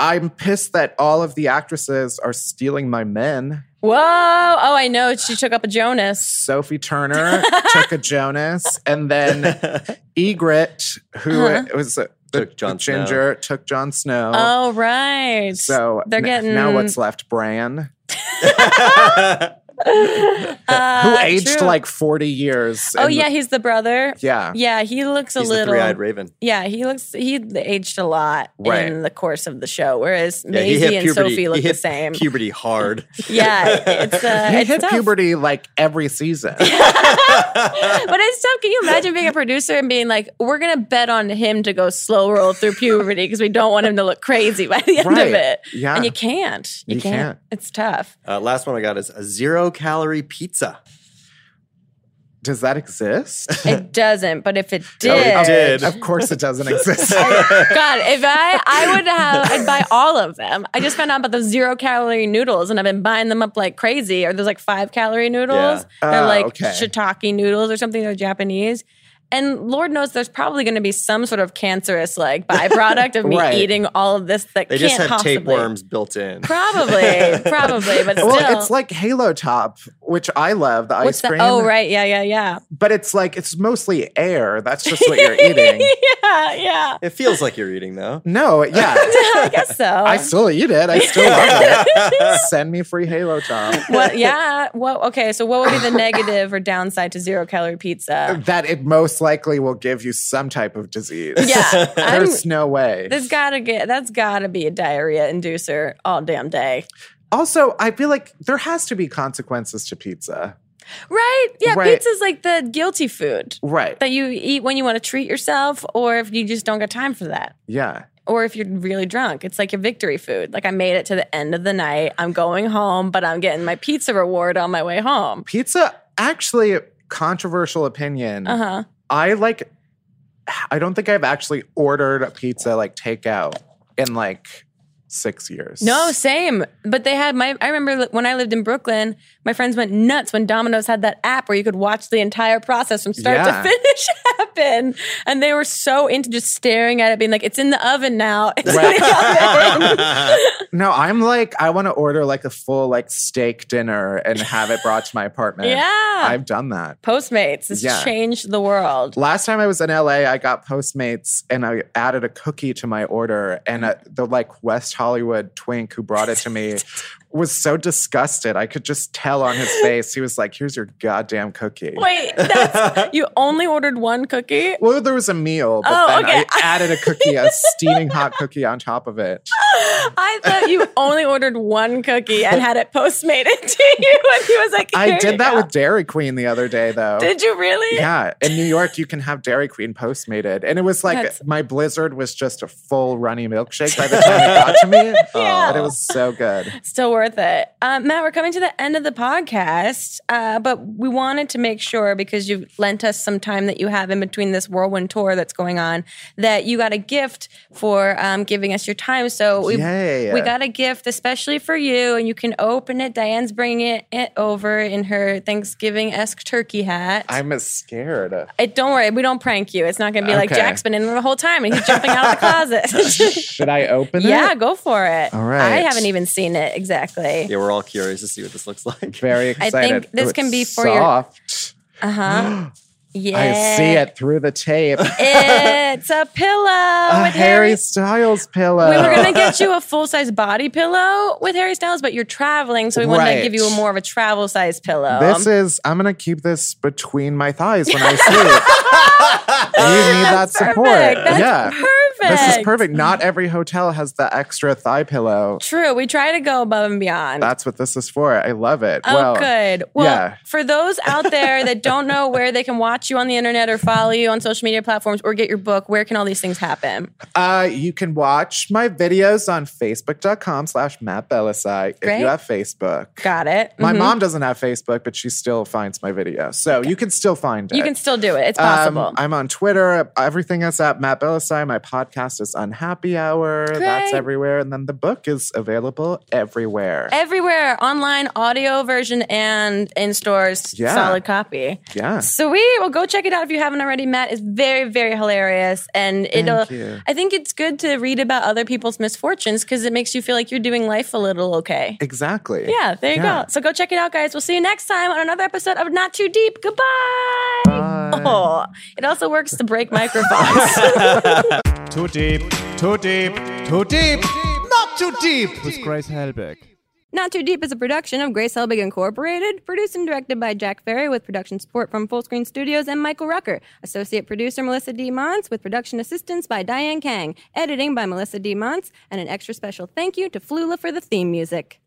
Speaker 4: I'm pissed that all of the actresses are stealing my men.
Speaker 1: Whoa! Oh, I know. She took up a Jonas.
Speaker 4: Sophie Turner took a Jonas, and then Egret, who was uh, the,
Speaker 2: Took
Speaker 4: the
Speaker 2: Jon Snow.
Speaker 4: ginger, took Jon Snow.
Speaker 1: Uh-huh. Oh, right.
Speaker 4: so
Speaker 1: they're
Speaker 4: n-
Speaker 1: getting
Speaker 4: now what's left? Bran,
Speaker 1: uh,
Speaker 4: who aged
Speaker 1: true.
Speaker 4: like forty years.
Speaker 1: Oh
Speaker 4: in
Speaker 1: yeah,
Speaker 4: the-
Speaker 1: he's the brother.
Speaker 4: yeah,
Speaker 1: Yeah, he looks a
Speaker 2: He's the
Speaker 1: little.
Speaker 2: three-eyed raven.
Speaker 1: yeah, he looks. He aged a lot
Speaker 4: Right.
Speaker 1: in the course of the show, whereas
Speaker 2: Yeah, he
Speaker 1: Maisie
Speaker 2: hit
Speaker 1: and
Speaker 2: puberty.
Speaker 1: Sophie look
Speaker 2: he
Speaker 1: the
Speaker 2: hit
Speaker 1: same.
Speaker 2: Puberty hard.
Speaker 1: yeah, it's uh,
Speaker 4: He
Speaker 1: it's
Speaker 4: hit
Speaker 1: tough.
Speaker 4: puberty like every season.
Speaker 1: but it's tough. Can you imagine being a producer and being like, "We're gonna bet on him to go slow roll through puberty because we don't want him to look crazy by the end
Speaker 4: Right.
Speaker 1: of it."
Speaker 4: Yeah.
Speaker 1: and you can't. You,
Speaker 4: You
Speaker 1: can't.
Speaker 4: can't.
Speaker 1: It's tough.
Speaker 2: Uh, last one I got is a zero calorie pizza.
Speaker 4: Does that exist?
Speaker 1: It doesn't. But if it
Speaker 4: Oh,
Speaker 1: did,
Speaker 2: it did.
Speaker 4: Of course, it doesn't exist.
Speaker 1: God, if I I would have I'd buy all of them. I just found out about those zero calorie noodles and I've been buying them up like crazy. Or there's like five calorie noodles.
Speaker 4: Yeah.
Speaker 1: They're
Speaker 4: Ah,
Speaker 1: like
Speaker 4: okay.
Speaker 1: shiitake noodles or something. They're Japanese. And Lord knows there's probably going to be some sort of cancerous like byproduct of me
Speaker 4: Right.
Speaker 1: eating all of this that
Speaker 2: They
Speaker 1: can't
Speaker 2: just had
Speaker 1: possibly.
Speaker 2: tapeworms built in.
Speaker 1: Probably, probably, but still.
Speaker 4: well, it's like Halo Top, which I love the
Speaker 1: What's
Speaker 4: ice
Speaker 1: the
Speaker 4: cream.
Speaker 1: oh right yeah yeah yeah
Speaker 4: But it's like it's mostly air. That's just what you're eating.
Speaker 1: yeah yeah
Speaker 2: It feels like you're eating though.
Speaker 4: No, yeah.
Speaker 1: I guess so
Speaker 4: I still eat it. I still love it. Send me free Halo Top.
Speaker 1: what yeah what okay so what would be the negative or downside to zero calorie pizza
Speaker 4: That it most likely will give you some type of disease.
Speaker 1: yeah I'm,
Speaker 4: There's no way.
Speaker 1: there's gotta get that's gotta be a diarrhea inducer all damn day
Speaker 4: also, I feel like there has to be consequences to pizza.
Speaker 1: right yeah
Speaker 4: Right.
Speaker 1: pizza's like the guilty food
Speaker 4: Right.
Speaker 1: that you eat when you want to treat yourself or if you just don't got time for that
Speaker 4: Yeah.
Speaker 1: or if you're really drunk it's like your victory food like i made it to the end of the night i'm going home but i'm getting my pizza reward on my way home
Speaker 4: Pizza, actually, controversial opinion.
Speaker 1: uh-huh
Speaker 4: I like, I don't think I've actually ordered a pizza like takeout in like six years.
Speaker 1: No, same. But they had my. I remember li- when I lived in Brooklyn, my friends went nuts when Domino's had that app where you could watch the entire process from start
Speaker 4: Yeah.
Speaker 1: to finish happen, and they were so into just staring at it, being like, "It's in the oven now." It's in the oven.
Speaker 4: No, I'm like, I want to order like a full like steak dinner and have it brought to my apartment.
Speaker 1: Yeah.
Speaker 4: I've done that.
Speaker 1: Postmates has
Speaker 4: Yeah.
Speaker 1: changed the world.
Speaker 4: Last time I was in LA, I got Postmates and I added a cookie to my order. And uh the like West Hollywood twink who brought it to me was so disgusted. I could just tell on his face. He was like, here's your goddamn cookie.
Speaker 1: Wait, that's, you only ordered one cookie.
Speaker 4: Well, there was a meal, but
Speaker 1: Oh,
Speaker 4: then
Speaker 1: okay.
Speaker 4: I added a cookie, a steaming hot cookie on top of it.
Speaker 1: I thought you only ordered one cookie and had it postmated to you, and he was like,
Speaker 4: I
Speaker 1: "Here you
Speaker 4: did that
Speaker 1: go."
Speaker 4: with Dairy Queen the other day, though.
Speaker 1: Did you really?
Speaker 4: yeah, in New York, you can have Dairy Queen postmated, and it was like
Speaker 1: That's-
Speaker 4: my blizzard was just a full runny milkshake by the time it got to me.
Speaker 1: Yeah.
Speaker 4: But it was so good.
Speaker 1: Still worth it. Um, Matt, we're coming to the end of the podcast, uh, but we wanted to make sure because you've lent us some time that you have in between this whirlwind tour that's going on that you got a gift for um, giving us your time. So we,
Speaker 4: Yay.
Speaker 1: we got a gift especially for you, and you can open it. Diane's bringing it, it over in her Thanksgiving esque turkey hat.
Speaker 4: I'm scared.
Speaker 1: it, don't worry, we don't prank you. It's not going to be like
Speaker 4: Okay.
Speaker 1: Jack's been in there the whole time and he's jumping out of the closet.
Speaker 4: Should I open it?
Speaker 1: yeah, go for it.
Speaker 4: All right.
Speaker 1: I haven't even seen it exactly.
Speaker 2: Yeah, we're all curious to see what this looks like.
Speaker 4: Very
Speaker 1: think
Speaker 4: excited.
Speaker 1: this
Speaker 4: it's
Speaker 1: can be for your-
Speaker 4: soft.
Speaker 1: Uh huh. yeah.
Speaker 4: I see it through the tape.
Speaker 1: It's a pillow
Speaker 4: a
Speaker 1: with
Speaker 4: Harry
Speaker 1: Harry.
Speaker 4: Styles pillow.
Speaker 1: We were gonna get you a full size body pillow with Harry Styles, but you're traveling, so we wanted to
Speaker 4: Right.
Speaker 1: give you a more of a travel size pillow.
Speaker 4: This is. I'm gonna keep this between my thighs when I sleep. you need that support.
Speaker 1: perfect. Oh, That's
Speaker 4: yeah.
Speaker 1: perfect.
Speaker 4: This is perfect. Not every hotel has the extra thigh pillow.
Speaker 1: True. We try to go above and beyond.
Speaker 4: That's what this is for. I love it.
Speaker 1: Oh,
Speaker 4: well,
Speaker 1: good. Well,
Speaker 4: yeah.
Speaker 1: for those out there that don't know where they can watch you on the internet or follow you on social media platforms or get your book, where can all these things happen?
Speaker 4: Uh, you can watch my videos on facebook.com slash Matt Belisai if
Speaker 1: Great.
Speaker 4: you have Facebook.
Speaker 1: Got it.
Speaker 4: My
Speaker 1: Mhm.
Speaker 4: mom doesn't have Facebook, but she still finds my video. So you can still find it.
Speaker 1: You can still do it. It's
Speaker 4: Um,
Speaker 1: possible.
Speaker 4: I'm on Twitter. Everything is at Matt Belisai. My podcast is on Happy Hour.
Speaker 1: Great.
Speaker 4: That's everywhere. And then the book is available everywhere.
Speaker 1: Everywhere, online, audio version, and in stores,
Speaker 4: Yeah.
Speaker 1: solid copy.
Speaker 4: yeah.
Speaker 1: Sweet. Well, go check it out if you haven't already. Matt is very, very hilarious, and it'll.
Speaker 4: you.
Speaker 1: I think it's good to read about other people's misfortunes because it makes you feel like you're doing life a little okay.
Speaker 4: Exactly.
Speaker 1: Yeah, there you
Speaker 4: Yeah.
Speaker 1: go. So go check it out, guys. We'll see you next time on another episode of Not Too Deep. Goodbye. Oh, it also works to break microphones.
Speaker 6: Too deep, too deep, too deep, not too deep with Grace Helbig.
Speaker 1: Not Too Deep is a production of Grace Helbig Incorporated, produced and directed by Jack Ferry with production support from Full Screen Studios and Michael Rucker, associate producer Melissa D. Mons with production assistance by Diane Kang, editing by Melissa D. Mons, and an extra special thank you to Flula for the theme music.